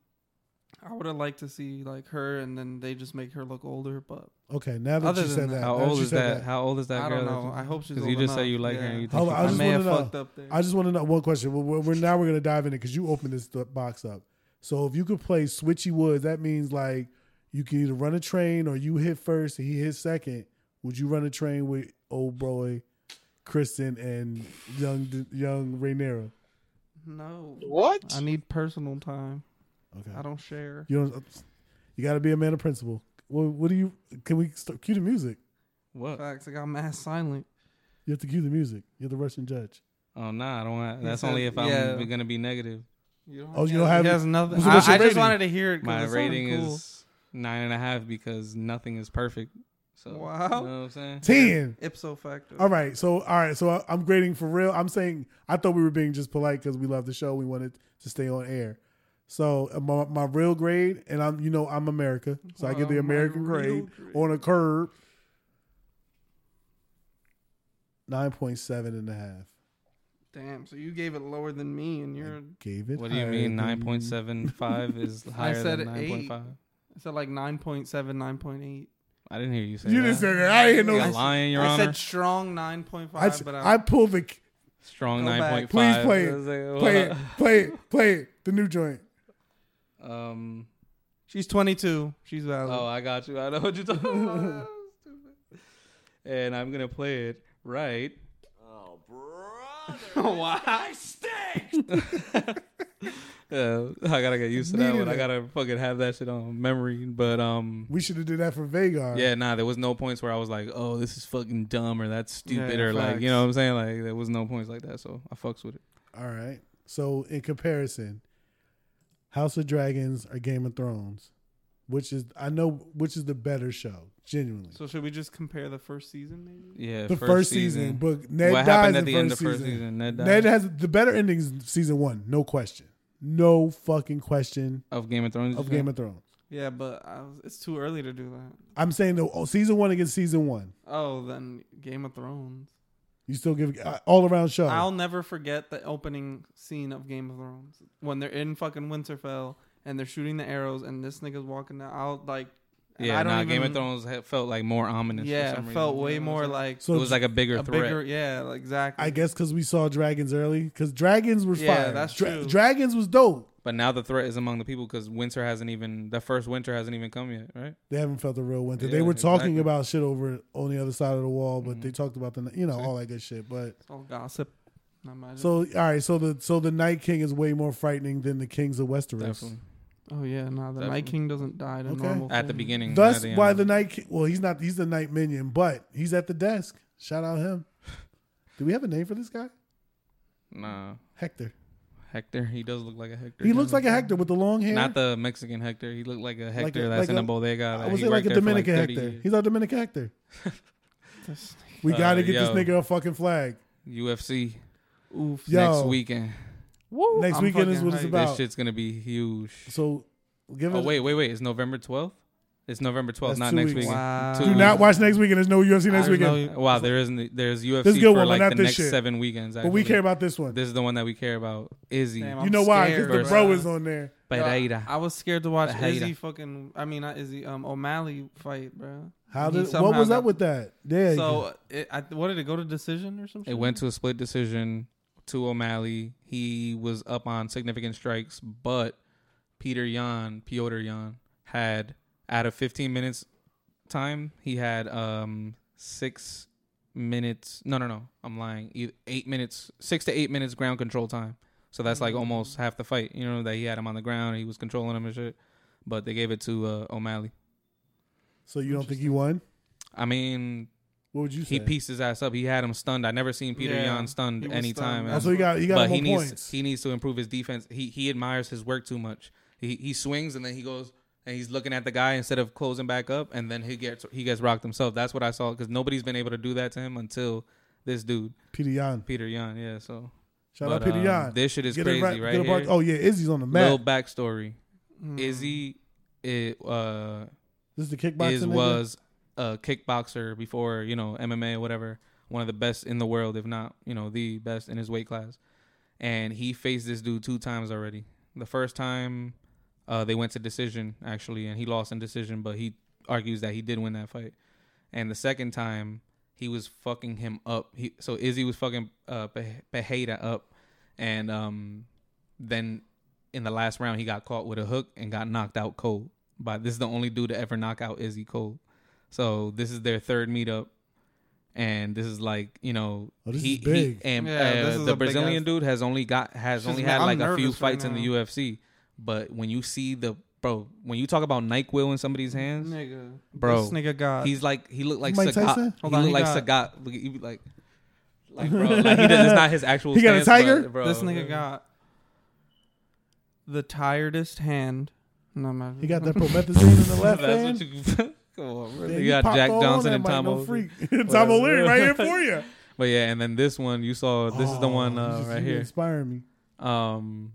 S4: I would have liked to see like her, and then they just make her look older. But
S3: Okay, now that
S4: Other
S3: you
S4: than
S3: said
S4: that-
S3: that,
S2: how
S3: now
S2: old
S3: you
S2: is
S3: said
S2: that? How old is that
S4: I
S2: girl?
S4: don't know. I hope she's.
S2: Because you
S4: old
S2: just say
S4: enough.
S2: you like her. And you
S4: Yeah.
S2: think
S3: Hold
S2: she
S3: on, I
S4: I,
S2: fine.
S3: just
S4: may have
S3: wanna know.
S4: fucked up there.
S3: I just want to know one question. We're, we're- we're- now we're gonna dive in it because you opened this th- box up. So if you could play Switchy Woods, that means like you can either run a train or you hit first and he hits second. Would you run a train with old boy, Kristen and young D- young Rainera?
S4: no,
S7: What?
S4: I need personal time.
S3: Okay,
S4: I don't share.
S3: you don't. You got to be a man of principle. What, what do you? Can we start, cue the music?
S2: What?
S4: Facts. I got mass silent.
S3: You have to cue the music. You're the Russian judge.
S2: Oh nah, I don't. Want,
S4: He
S2: that's
S4: said-
S2: only if I'm
S4: yeah.
S2: gonna be negative.
S4: You don't
S3: Oh, you don't have-
S4: He has nothing.
S3: So
S4: I,
S3: what's your
S4: I just
S3: rating?
S4: wanted to hear it. 'cause
S2: My
S4: it sounded
S2: rating
S4: cool.
S2: is nine and a half because nothing is perfect. So
S4: Wow.
S2: you know what I'm saying?
S3: Ten.
S4: ipso facto.
S3: All right, so all right, so I- I'm grading for real. I'm saying I thought we were being just polite because we love the show. We wanted to stay on air. So uh, my, my real grade, and I'm you know I'm America, so I get the
S4: Oh, my
S3: American
S4: real
S3: grade,
S4: grade.
S3: on a curb. Nine point seven and a half.
S4: Damn. So you gave it lower than me, and you're.
S3: Gave it.
S2: What do you
S3: higher than
S2: mean? Nine point seven five is higher
S4: said
S2: than nine point
S4: eight.
S2: five.
S4: I said like 9.7, 9.8.
S2: I didn't hear you say.
S3: You
S2: that.
S3: didn't say that. I didn't know.
S2: You're
S4: I
S3: that.
S4: said-
S2: lying, Your
S4: I
S2: Honor.
S4: said strong 9.5,
S3: I, s-
S4: but
S3: I
S4: I,
S3: pulled the
S2: Strong
S4: Go
S2: nine point
S4: back.
S2: five.
S3: Please play it. play it, play it, play it. The new joint.
S2: Um.
S4: she's 22. She's valid.
S2: Oh, I got you. I know what you're talking about. and I'm gonna play it right.
S1: Oh, brother.
S2: Oh.
S4: Why?
S2: Uh, I gotta get used to that
S3: Needed
S2: one. I
S3: it.
S2: gotta fucking have that shit on memory. But um,
S3: We should have did that for Vagar.
S2: yeah, nah, there was no points where I was like, oh, this is fucking dumb or that's stupid
S4: Yeah,
S2: or like,
S4: facts.
S2: you know what I'm saying? Like, there was no points like that. So I fucks with it.
S3: All right. So in comparison, House of Dragons or Game of Thrones, which is I know which is the better show, genuinely.
S4: So should we just compare the first season, maybe?
S2: Yeah,
S3: the first, season, but Ned
S2: what
S3: dies in
S2: happened at the end of
S3: first
S2: first
S3: season.
S2: season? Ned died
S3: Ned has the better ending is season one, no question, no fucking question
S2: of Game of Thrones.
S3: of Game of Thrones.
S4: Yeah, but I was, it's too early to do that.
S3: I'm saying the oh, season one against season one.
S4: Oh, then Game of Thrones.
S3: You still give uh, all around show.
S4: I'll never forget the opening scene of Game of Thrones when they're in fucking Winterfell and they're shooting the arrows and this nigga's walking out. I'll like, and
S2: yeah,
S4: I don't
S2: nah,
S4: even,
S2: Game of Thrones had- felt like more ominous. for
S4: Yeah,
S2: some
S4: felt
S2: reason,
S4: way
S2: you know what
S4: more
S2: I'm saying?
S4: like
S3: so
S2: it was like a bigger
S4: a
S2: threat.
S4: bigger. Yeah, like, exactly.
S3: I guess because we saw dragons early, because dragons were
S4: Yeah,
S3: fire.
S4: that's true.
S3: Dragons was dope.
S2: but now the threat is among the people because winter hasn't even the first winter hasn't even come yet, right?
S3: They haven't felt the real winter. they
S2: Yeah,
S3: were talking
S2: exactly. Mm-hmm.
S3: about shit over on the other side of the wall, but they talked about the you know all that good shit. But
S4: It's all gossip. I imagine.
S2: Mm-hmm.
S3: so all right, so the so the Night King is way more frightening than the kings of Westeros.
S2: Definitely.
S4: oh yeah, no, the Night
S2: Definitely.
S4: King doesn't die to
S3: Okay.
S4: normal.
S2: At the
S4: form.
S2: beginning.
S3: Thus,
S2: not the
S3: why
S2: end.
S3: the Night King? Well, he's not. He's the Night Minion, but he's at the desk. Shout out him. Do we have a name for this guy?
S2: Nah,
S3: Hector.
S2: Hector. He does look like a Hector.
S3: He looks like
S2: doesn't
S3: a Hector with the long hair.
S2: Not the Mexican Hector. He looked like a Hector
S3: a-
S2: that's
S3: like
S2: in
S3: a-
S2: a bodega.
S3: I
S2: that
S3: would
S2: he
S3: say like
S2: worked
S3: a
S2: there for
S3: Dominican
S2: 30
S3: Hector.
S2: years.
S3: He's our Dominican Hector.
S4: This-
S3: We
S2: Uh,
S3: got to get
S2: yo.
S3: this nigga a fucking flag.
S2: UFC
S4: Oof.
S3: Yo.
S2: next weekend.
S4: Woo,
S3: Next
S4: I'm
S3: weekend is
S4: fucking
S3: what it's
S4: hyped.
S3: about.
S2: This shit's gonna be huge.
S3: So, give
S2: Oh
S3: us.
S2: wait, wait, wait! It's November twelfth. It's November twelfth,
S3: That's
S2: not
S3: two
S2: next
S3: weeks.
S2: weekend.
S4: Wow.
S2: Two
S3: Do not watch next weekend. There's no UFC next
S4: I
S3: weekend.
S4: know-
S2: Wow, there isn't. There's UFC
S3: This is a good
S2: for
S3: one, but
S2: like
S3: not
S2: the
S3: this
S2: next
S3: shit.
S2: seven weekends.
S3: But we
S2: actually.
S3: care about this one.
S2: This is the one that we care about. Izzy
S4: Damn,
S3: you
S4: I'm
S3: know why?
S4: scared,
S3: Because the
S2: bruh.
S3: bro is on there.
S2: Pereira.
S4: I was scared to watch
S2: The hater.
S4: Izzy fucking. I mean, not Izzy. Um, O'Malley fight, bro.
S3: How
S4: He
S3: did? What
S4: somehow
S3: was up
S4: got-
S3: with that? Yeah.
S4: So, it, I, what did it go to decision or something?
S2: It went to a split decision to O'Malley. He was up on significant strikes, but Peter Yan, Piotr Yan, had out of 15 minutes time, he had um six minutes. No, no, no. I'm lying. E- Eight minutes, six to eight minutes ground control time So that's
S4: Mm.
S2: like almost half the fight. You know that he had him on the ground, he was controlling him and shit. But they gave it to uh, O'Malley.
S3: So you don't think he won?
S2: I mean,
S3: What would you say?
S2: he pieced his ass up. He had him stunned. I never seen Peter
S4: Yeah,
S2: Yan stunned
S4: he was
S2: any time.
S4: stunned.
S2: man.
S3: Oh, so he got he got
S2: but
S3: more
S2: he needs
S3: points.
S2: he needs to improve his defense. He he admires his work too much. He he swings and then he goes and he's looking at the guy instead of closing back up, and then he gets he gets rocked himself. That's what I saw because nobody's been able to do that to him until this dude
S3: Peter Yan.
S2: Peter Yan. Yeah, so
S3: Shout
S2: But,
S3: out Peter
S2: um,
S3: Yan.
S2: this shit is
S3: Get it
S2: crazy,
S3: right-
S2: right
S3: get it right-
S2: here.
S3: Oh Hmm. yeah, Izzy's on the
S2: little
S3: map.
S2: backstory: Izzy it, uh,
S3: This is the kickboxing.
S2: is
S3: nigga?
S2: was a kickboxer before you know MMA or whatever. One of the best in the world, if not you know the best in his weight class. And he faced this dude two times already. The first time uh, they went to decision actually, and he lost in decision, but he argues that he did win that fight. And the second time he was fucking him up. He so Izzy was fucking uh, Pe- Pejeda up, and um, then in the last round he got caught with a hook and got knocked out cold. By this is the only dude to ever knock out Izzy cold. So this is their third meetup, and this is like you know
S3: Oh, this
S2: he,
S3: is big.
S2: he and
S4: Yeah,
S2: uh,
S4: this is
S2: the
S4: a big
S2: Brazilian
S4: ass-
S2: dude has only got has
S4: Just
S2: only
S4: ma-
S2: had
S4: I'm
S2: like a few
S4: nervous right
S2: fights in the
S4: now.
S2: UFC. But when you see the bro, when you talk about Nyquil in somebody's hands,
S4: nigga,
S2: Bro,
S4: this nigga got
S2: He's like he looked like
S3: Mike
S2: Sagat.
S3: Tyson?
S2: He
S4: Hold
S2: looked
S4: on, he
S2: like
S4: got-
S2: Sagat. Look, at- he be like, like bro, like he does, it's not his actual.
S3: He got a
S2: stance, but,
S3: tiger?
S2: bro.
S4: this nigga got the tiredest hand. No, I'm not-
S3: He got that promethazine in the left hand.
S2: That's what you. Come on, bro.
S3: Yeah,
S2: you
S3: you
S2: got
S3: popped
S2: Jack
S3: all on
S2: Johnson
S3: that
S2: and
S3: mic,
S2: Tom
S3: no
S2: O'Leary.
S3: freak. Tom O'Leary right here for you.
S2: But yeah, and then this one you saw. This is the one
S3: Oh, you
S2: uh,
S3: just-
S2: right
S3: you
S2: here.
S3: Inspiring me.
S2: Um,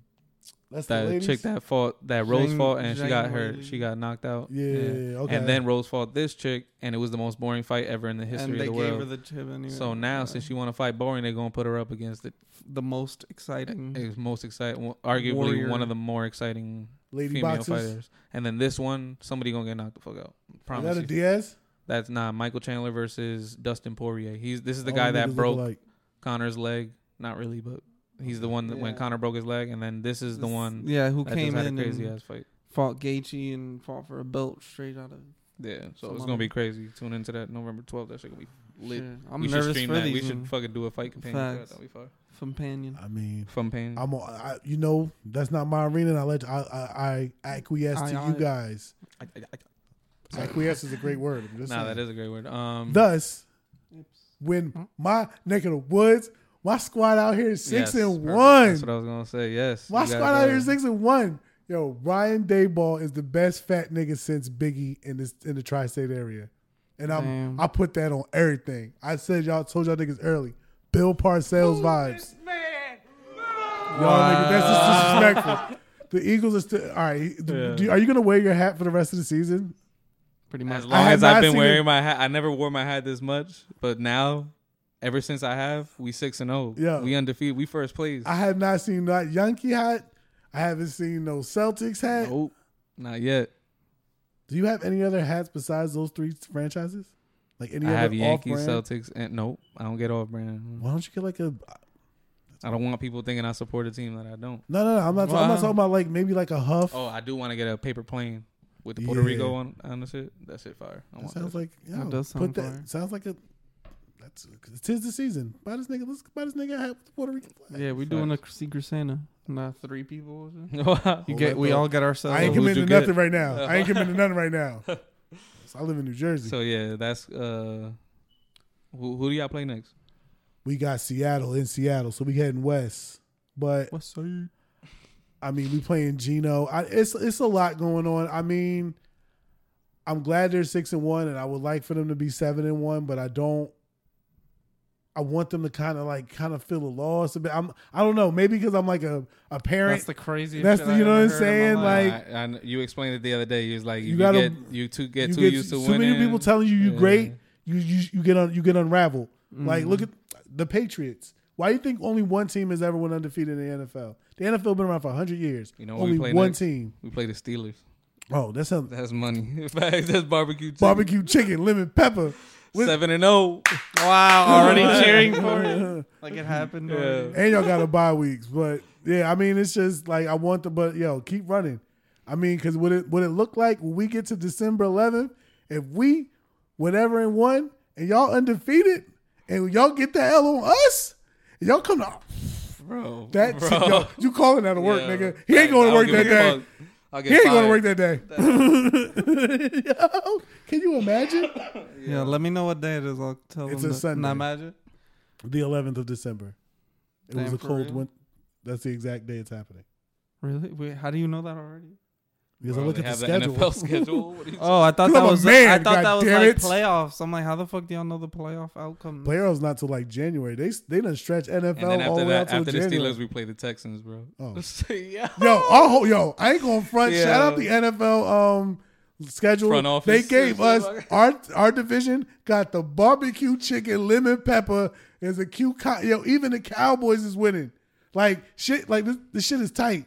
S3: That's the
S2: that
S3: ladies?
S2: chick that fought that Rose
S4: Zhang-
S2: fought, and she
S4: Zhang
S2: got her.
S4: Weili.
S2: She got knocked out.
S3: Yeah, okay.
S2: And then Rose fought this chick, and it was the most boring fight ever in the history
S4: and
S2: of
S4: they
S2: the
S4: gave
S2: world.
S4: her the chip anyway.
S2: so now,
S4: Yeah.
S2: since you want to fight boring, they're gonna put her up against the
S4: the most exciting,
S2: is most exciting, arguably
S4: Mm-hmm. Warrior.
S2: one of the more exciting
S3: Lady
S2: female
S3: boxers.
S2: fighters. And then this one, somebody gonna get knocked the fuck out.
S3: Is
S2: Promise
S3: that a
S2: you.
S3: Diaz?
S2: That's not Michael Chandler versus Dustin Poirier. He's this is the
S3: All
S2: guy
S3: them niggas look
S2: that broke
S3: alike.
S2: Connor's leg. Not really, but he's the one that when
S4: Yeah.
S2: Connor broke his leg, and then this is the
S4: This-
S2: one
S4: yeah, who
S2: that just
S4: came
S2: had
S4: in
S2: a crazy
S4: and
S2: ass fight.
S4: fought Gaethje and fought for a belt straight out of.
S2: Yeah, so
S4: Some
S2: it's gonna
S4: other-
S2: be crazy. Tune into that November twelfth. That shit gonna be lit.
S4: Shit. I'm
S2: we should
S4: nervous
S2: stream
S4: for
S2: that.
S4: these.
S2: We should fucking do a fight companion. to that.
S4: Facts.
S2: That'd be fire.
S4: companion.
S3: I mean,
S2: Fun pain.
S3: I'm. a- I, you know, that's not my arena. And I let I I, I acquiesce to
S4: I-
S3: you
S4: I-
S3: guys.
S2: I- I- I-
S3: Acquiesce is a great word. I'm just
S2: Nah,
S3: saying.
S2: that is a great word. Um,
S3: Thus, when my neck of the woods, my squad out here is six
S2: yes,
S3: and
S2: perfect.
S3: one.
S2: That's what I was gonna say. Yes,
S3: My
S2: you guys
S3: squad out
S2: got
S3: here
S2: it.
S3: is six and one. Yo, Ryan Dayball is the best fat nigga since Biggie in this in the tri-state area, and I'm
S4: Damn.
S3: I put that on everything. I said y'all told y'all niggas early. Bill Parcells vibes. Y'all niggas, that's just disrespectful. the Eagles are still all right. Do, are you gonna wear your hat for the rest of the season?
S4: Pretty
S2: As
S4: much.
S2: long
S3: have
S2: as I've
S3: not
S2: been
S3: seen
S2: wearing
S3: it.
S2: my hat, I never wore my hat this much, but now, ever since I have, we six and zero.
S3: Yeah.
S2: we undefeated. We first place.
S3: I have not seen that Yankee hat. I haven't seen no Celtics hat.
S2: nope, not yet.
S3: Do you have any other hats besides those three franchises? Like any
S2: I
S3: other
S2: have Yankees,
S3: off-brand?
S2: Celtics, and nope, I don't get off brand.
S3: Why don't you get like a
S2: I don't want people thinking I support a team that I don't.
S3: No, no, no. I'm not. I'm not
S4: Wow.
S3: talking about like maybe like a huff.
S2: Oh, I do want to get a paper plane with the Puerto
S3: Yeah.
S2: Rico on on the shit. That shit fire. I
S3: that
S2: want
S3: sounds
S2: that.
S3: like yeah.
S4: That does
S3: put
S4: sound
S3: that.
S4: fire.
S3: Sounds like a. That's tis the season. Buy this nigga. Let's buy this nigga a hat with the Puerto Rican flag.
S4: yeah, we doing a Secret Santa. Not three people. is it? You
S3: Oh,
S4: get.
S3: that
S4: We
S3: dope.
S4: all get ourselves.
S3: I ain't
S2: So who'd
S3: committing
S2: you
S3: to nothing
S2: get?
S3: right now. I ain't committing to nothing right now. So I live in New Jersey.
S2: so yeah, that's uh, who, who do y'all play next?
S3: we got Seattle in Seattle, so we heading west. But
S4: What's side?
S3: I mean, we playing Geno. I, it's it's a lot going on. I mean, I'm glad they're six and one, and I would like for them to be seven and one, but I don't. I want them to kind of like kind of feel a loss a bit. I'm I don't know. Maybe because I'm like a a parent.
S4: That's the craziest.
S3: That's
S4: shit
S3: the-
S4: I've
S3: you know what I'm
S4: ever heard in my
S3: saying?
S4: life.
S3: Like-
S2: I, I, you explained it the other day. You was like,
S3: You
S2: you,
S3: gotta-
S2: get you too get
S3: you
S2: too
S3: get
S2: used to
S3: too
S2: winning.
S3: many people telling you you
S2: Yeah.
S3: great. You you you get on you get unraveled. Like look at the Patriots. Why do you think only one team has ever went undefeated in the NFL? The NFL been around for hundred years.
S2: You know what we
S3: only
S2: play
S3: one
S2: next?
S3: team.
S2: We play the Steelers.
S3: Oh, that's a
S2: That's money. In fact, that's barbecue. Too.
S3: barbecue chicken, lemon pepper. with-
S2: seven and oh. zero.
S4: Wow, already cheering for it. Like it happened. already.
S3: and y'all got to bye weeks. But yeah, I mean, it's just like I want the but yo keep running. I mean, because what it what it look like when we get to December 11th, if we whatever and one and y'all undefeated and y'all get the L on us, and y'all come to
S2: bro.
S3: That
S2: bro.
S3: yo, you calling out of work,
S2: Yeah.
S3: nigga? He ain't going
S2: I
S3: to
S2: don't
S3: work
S2: give a
S3: that day.
S2: fuck. I'll get
S3: He ain't
S2: fired.
S3: going to work that day. Yo, can you imagine?
S4: Yeah. let me know what day it is. I'll tell
S3: It's
S4: them.
S3: a
S4: that-
S3: Sunday.
S4: Not magic.
S3: The 11th of December. It was
S4: Damn,
S3: a
S4: for
S3: cold
S4: real?
S3: one. That's the exact day it's happening.
S4: Really? Wait, how do you know that already?
S3: Because
S2: Bro,
S3: I look
S2: they
S3: at the
S2: have
S3: schedule.
S2: NFL schedule. What are you
S4: Oh, I thought
S3: I'm
S4: that
S3: a
S4: was
S3: man,
S4: I thought
S3: God
S4: that was
S3: damn
S4: like
S3: it.
S4: playoffs. I'm like, how the fuck do y'all know the playoff outcome?
S3: Playoffs not till like January. They they done stretch NFL
S2: and then
S3: all
S2: after
S3: the way out
S2: that,
S3: till
S2: after the
S3: January.
S2: Steelers, we play the Texans, bro.
S3: Oh.
S2: yeah.
S3: Yo, I'll ho- yo, I ain't going to front.
S2: Yeah.
S3: Shout out the NFL um schedule.
S2: Front office.
S3: They gave us our our division got the barbecue chicken lemon pepper as a cute cow. Yo, even the Cowboys is winning. Like shit, like this, this shit is tight.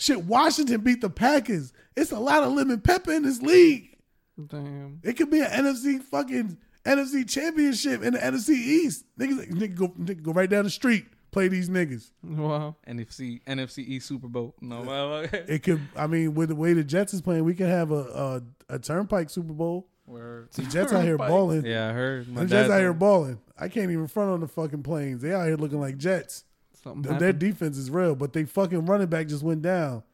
S3: Shit, Washington beat the Packers. It's a lot of lemon pepper in this league.
S4: Damn.
S3: It could be an NFC fucking NFC championship in the NFC East. Niggas, nigga, go, nigga, go right down the street, play these niggas.
S4: Wow.
S2: NFC NFC East Super Bowl. No, motherfucker.
S3: It could, I mean, with the way the Jets is playing, we could have a a, a Turnpike Super Bowl.
S2: Word.
S3: The Jets out here balling.
S2: Yeah, I heard. My
S3: The Jets
S2: dad-
S3: out here balling. I can't even front on the fucking planes. They out here looking like Jets.
S4: Something
S3: Th- Their
S4: happened.
S3: defense is real, but they fucking running back just went down.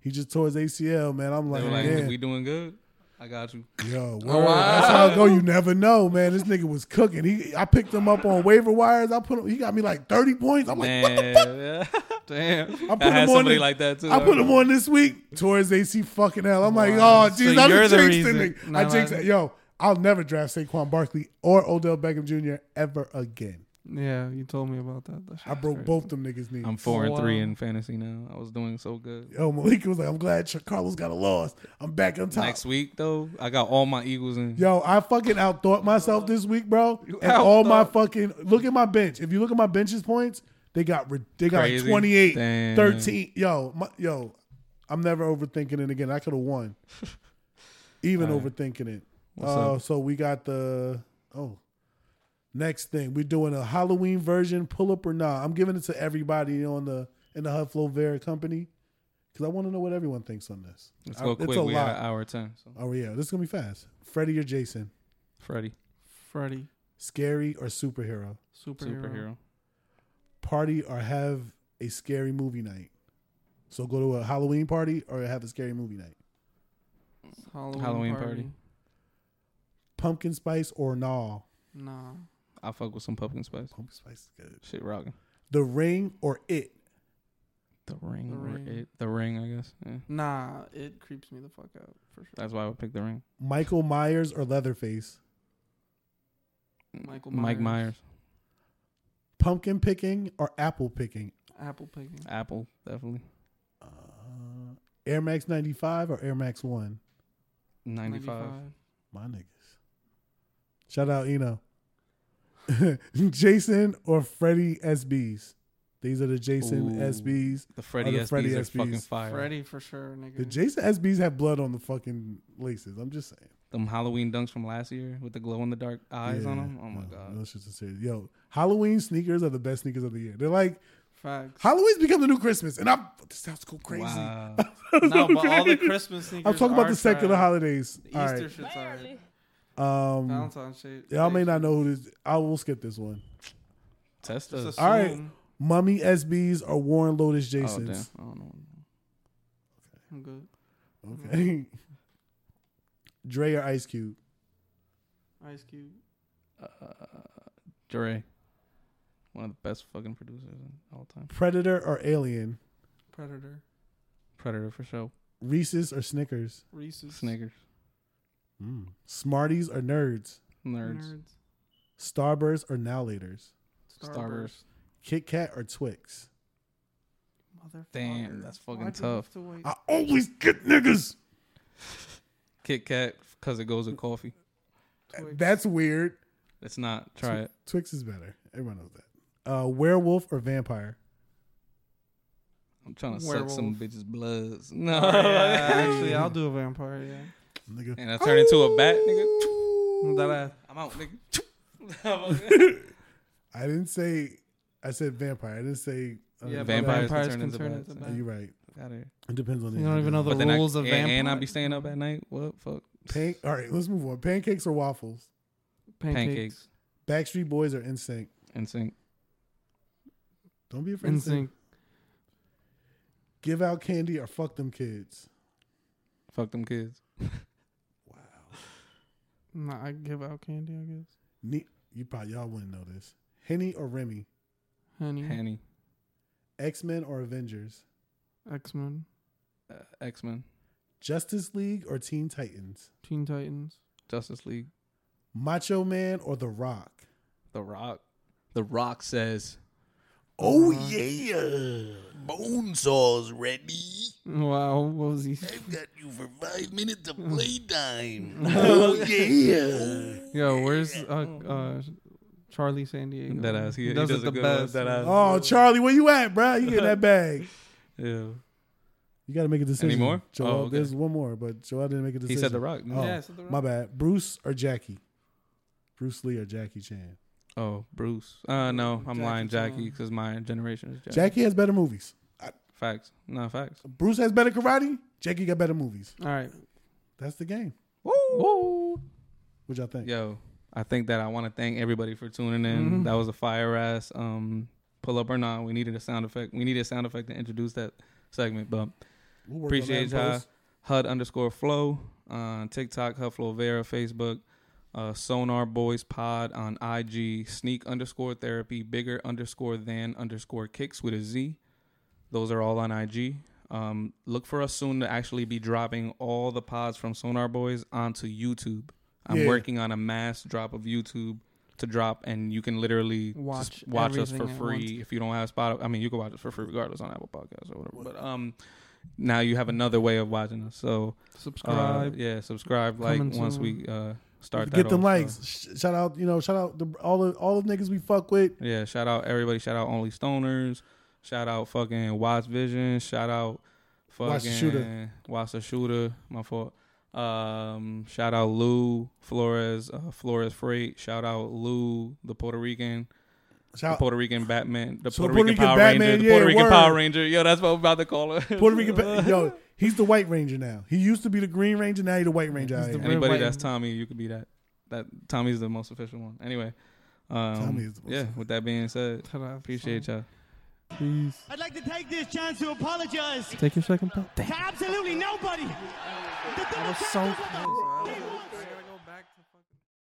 S3: He just tore his ACL, man. I'm
S2: Mm. They
S3: like,
S2: were like,
S3: man,
S2: we doing good. I got you.
S3: Yo,
S4: Oh,
S3: word. that's how it go. You never know, man. This nigga was cooking. He, I picked him up on waiver wires. I put him. He got me like thirty points. I'm like, what the fuck?
S2: Man, yeah.
S4: Damn.
S3: I put
S2: I had
S3: him on.
S2: somebody
S3: This,
S2: like that too.
S3: I put him on this week. Towards AC fucking hell. I'm like, oh
S4: So
S3: jeez, I
S4: you're
S3: just
S4: the
S3: jinxed the
S4: reason.
S3: nigga.
S4: No,
S3: I
S4: no.
S3: jinxed it. Yo, I'll never draft Saquon Barkley or Odell Beckham Jr. ever again.
S4: Yeah, you told me about that. That
S3: I
S4: shit's
S3: broke
S4: crazy.
S3: both them niggas' knees.
S2: I'm four and three
S4: Wow.
S2: in fantasy now. I was doing so good.
S3: Yo, Malik was like, I'm glad Ch- Carlos got a loss. I'm back on top.
S2: Next week though, I got all my Eagles in.
S3: Yo, I fucking outthought myself this week, bro. And all my fucking look at my bench. If you look at my bench's points, they got rid- they got like
S2: Crazy.
S3: 28,
S2: Damn.
S3: 13. Yo, my, yo, I'm never overthinking it again. I could have won. Even overthinking it. Uh, so we got the oh. Next thing, we're doing a Halloween version, pull up or nah. I'm giving it to everybody on the in the Huffalo Vera company. Cause I want to know what everyone thinks on this.
S2: Let's
S3: I-
S2: go
S3: it's
S2: quick.
S3: a
S2: We
S3: lot.
S2: had an hour ten. So
S3: Oh yeah, this is gonna be fast. Freddy or Jason?
S2: Freddy,
S4: Freddy,
S3: scary or superhero
S4: superhero.
S2: superhero.
S3: party or have a scary movie night so go to a halloween party or have a scary movie night
S4: Halloween,
S2: Halloween
S4: party.
S2: party.
S3: pumpkin spice or nah
S4: Nah.
S2: I fuck with some pumpkin spice.
S3: pumpkin spice is good
S2: Shit rocking.
S3: the ring or it
S2: The ring,
S4: The
S2: or
S4: Ring.
S2: it. The ring, I guess. Yeah.
S4: Nah, it creeps me the fuck out for sure.
S2: That's why I would pick the ring.
S3: michael myers or leatherface
S4: Michael
S2: Mike Myers.
S4: Myers.
S3: pumpkin picking or apple picking
S4: Apple picking.
S2: Apple, definitely.
S3: uh, air max 95 or air max 1
S2: Ninety five.
S3: my niggas shout out eno jason or freddy sbs these are the jason
S2: Ooh.
S3: sbs
S2: The Freddy
S3: the
S2: SBs
S3: Freddy
S2: are
S3: SBs.
S2: fucking fire.
S4: Freddy for sure, nigga.
S3: The Jason SBs have blood on the fucking laces. I'm just saying.
S2: Them Halloween dunks from last year with the glow in the dark eyes on
S3: Yeah.
S2: them. Oh my
S3: No,
S2: god.
S3: No, shit's serious. Yo, Halloween sneakers are the best sneakers of the year. They're like
S4: Facts.
S3: Halloween's become the new Christmas, and I'm this sounds go crazy.
S2: Wow.
S4: no, but all the Christmas sneakers.
S3: I'm talking about
S4: are
S3: the secular
S4: trash.
S3: holidays.
S4: The
S3: All
S4: Easter
S3: right,
S4: shit's alright.
S3: um,
S4: Valentine's shit.
S3: y'all may not know who this. I will skip this one.
S2: Test
S4: Just
S2: us.
S4: assume.
S3: All right. Mummy SBs or Warren Lotus
S2: Oh damn.
S3: Jasons.
S2: I don't know.
S4: I'm good.
S3: okay. Dre or Ice Cube.
S4: Ice Cube.
S2: Dre, one of the best fucking producers of all time.
S3: Predator or Alien.
S4: Predator.
S2: Predator for sure.
S3: Reese's or Snickers.
S4: Reese's.
S2: Snickers.
S3: Mm. Smarties or Nerds.
S2: Nerds.
S3: Starburst or Now Laters.
S2: Starburst.
S3: Kit Kat or Twix?
S4: Motherfucker.
S2: Damn, that's fucking
S4: Why'd you
S2: tough.
S4: have to wait?
S3: I always get niggas.
S2: Kit Kat because it goes with coffee.
S4: Twix.
S3: That's weird.
S2: It's not. Try it.
S3: Twix is better. Everyone knows that. Uh, werewolf or vampire?
S2: I'm trying to suck some
S4: Werewolf. Oh,
S2: bitches' bloods. No.
S4: Yeah, actually, I'll do a vampire. Yeah.
S3: Nigga.
S2: and I turn into a bat, nigga.
S4: That ass.
S2: I'm out, nigga.
S3: I didn't say. I said vampire. I didn't say. Uh,
S4: Yeah, but
S2: Vampires,
S4: vampires
S2: can turn
S4: can
S2: into
S4: turn
S2: bats.
S4: into
S2: Out
S4: bats.
S3: Are you right?
S2: here.
S3: It depends on the
S4: You don't even know the
S2: But then I,
S4: rules of
S2: and,
S4: vampire.
S2: and I be staying up at night. What fuck?
S3: Pan- All right, let's move on. Pancakes or waffles?
S4: pancakes.
S2: Pancakes.
S3: Backstreet Boys or NSYNC?
S2: And sing.
S3: Don't be afraid. to say-
S4: Instinct.
S3: Give out candy or fuck them kids.
S2: Fuck them kids.
S4: Nah, I give out candy, I guess.
S3: Ne- you probably y'all wouldn't know this. Henny or Remy.
S4: Honey,
S2: Hanny,
S3: X Men or Avengers.
S4: X Men,
S2: uh, X Men,
S3: Justice League or Teen Titans.
S4: Teen Titans,
S2: Justice League,
S3: Macho Man or The Rock.
S2: The Rock. The Rock says,
S7: Oh yeah, bone saws ready.
S4: Wow, what was he?
S7: I've got you for five minutes of playtime. oh yeah.
S4: Yo, where's uh, uh, Charlie San Diego?
S2: "That ass. He, he
S4: does, it the
S2: good
S4: best.
S2: That ass.
S3: Oh, Charlie, where you at, bruh? You get that bag.
S2: Yeah.
S3: You got to make a decision.
S2: Any more?
S3: Joel,
S2: Oh, okay.
S3: There's one more, but Joel didn't make a
S2: He
S3: decision.
S2: said The Rock.
S3: Oh,
S4: Yeah, I said The
S3: my
S4: Rock.
S3: bad. Bruce or Jackie? Bruce Lee or Jackie Chan?
S2: Oh, Bruce. Uh, no, I'm
S4: Jackie
S2: lying,
S4: Chan.
S2: Jackie, because my generation is Jackie.
S3: Jackie has better movies.
S2: Facts. No facts.
S3: Bruce has better karate. Jackie got better movies.
S4: All right.
S3: That's the game.
S2: Woo! Woo!
S4: Uh,
S3: What y'all think?
S2: Yo, I think that I want to thank everybody for tuning in. That was a fire ass. Um, pull up or not. We needed a sound effect. We needed a sound effect to introduce that segment. But
S3: We'll work on that in
S2: appreciate y'all.
S3: post.
S2: HUD underscore flow on TikTok, HUD flow Vera, Facebook, uh, Sonar Boys Pod on IG, Sneak underscore therapy, bigger underscore than underscore kicks with a Z. Those are all on IG. Um, look for us soon to actually be dropping all the pods from Sonar Boys onto YouTube. I'm
S3: Yeah.
S2: working on a mass drop of YouTube to drop, and you can literally
S4: Watch
S2: just watch us for
S4: everything at
S2: free if you don't have Spotify. I mean, you can watch us for free regardless on Apple Podcasts or whatever. But um, now you have another way of watching us. So uh,
S4: Subscribe.
S2: yeah, subscribe. Like
S4: Coming
S2: once
S4: soon.
S2: we uh start that
S3: Get them
S2: off,
S3: likes.
S2: uh,
S3: Sh- Shout out, you know, shout out the, all the all the niggas we fuck with.
S2: yeah, shout out everybody. Shout out Only Stoners. Shout out fucking Watch Vision. Shout out fucking
S3: Watch the Shooter.
S2: Watch the Shooter. My fault. Um, shout out Lou Flores, uh, Flores Freight. Shout out Lou, the Puerto Rican, the
S3: Shout
S2: Puerto Rican Batman, the
S3: So
S2: Puerto,
S3: the Puerto
S2: Rican,
S3: Rican
S2: Power
S3: Batman,
S2: Ranger, the
S3: yeah,
S2: Puerto Rican
S3: word.
S2: Power Ranger. Yo, that's what I'm about to call her.
S3: Puerto Rican. ba- Yo, he's the White Ranger now. He used to be the Green Ranger. Now he's the White Ranger. out
S4: the
S3: here.
S4: Red
S2: Anybody
S4: White
S2: that's
S4: and-
S2: Tommy, you could be that. That Tommy's the most official one. Anyway, um,
S3: Tommy is the most
S2: yeah.
S3: official.
S2: With that being said,
S4: Ta-da.
S2: appreciate y'all.
S4: Peace.
S8: I'd like to take this chance to apologize
S4: Take your second thought.
S8: to absolutely nobody. The double
S4: was so
S8: tackles were the-
S4: close.
S8: They were-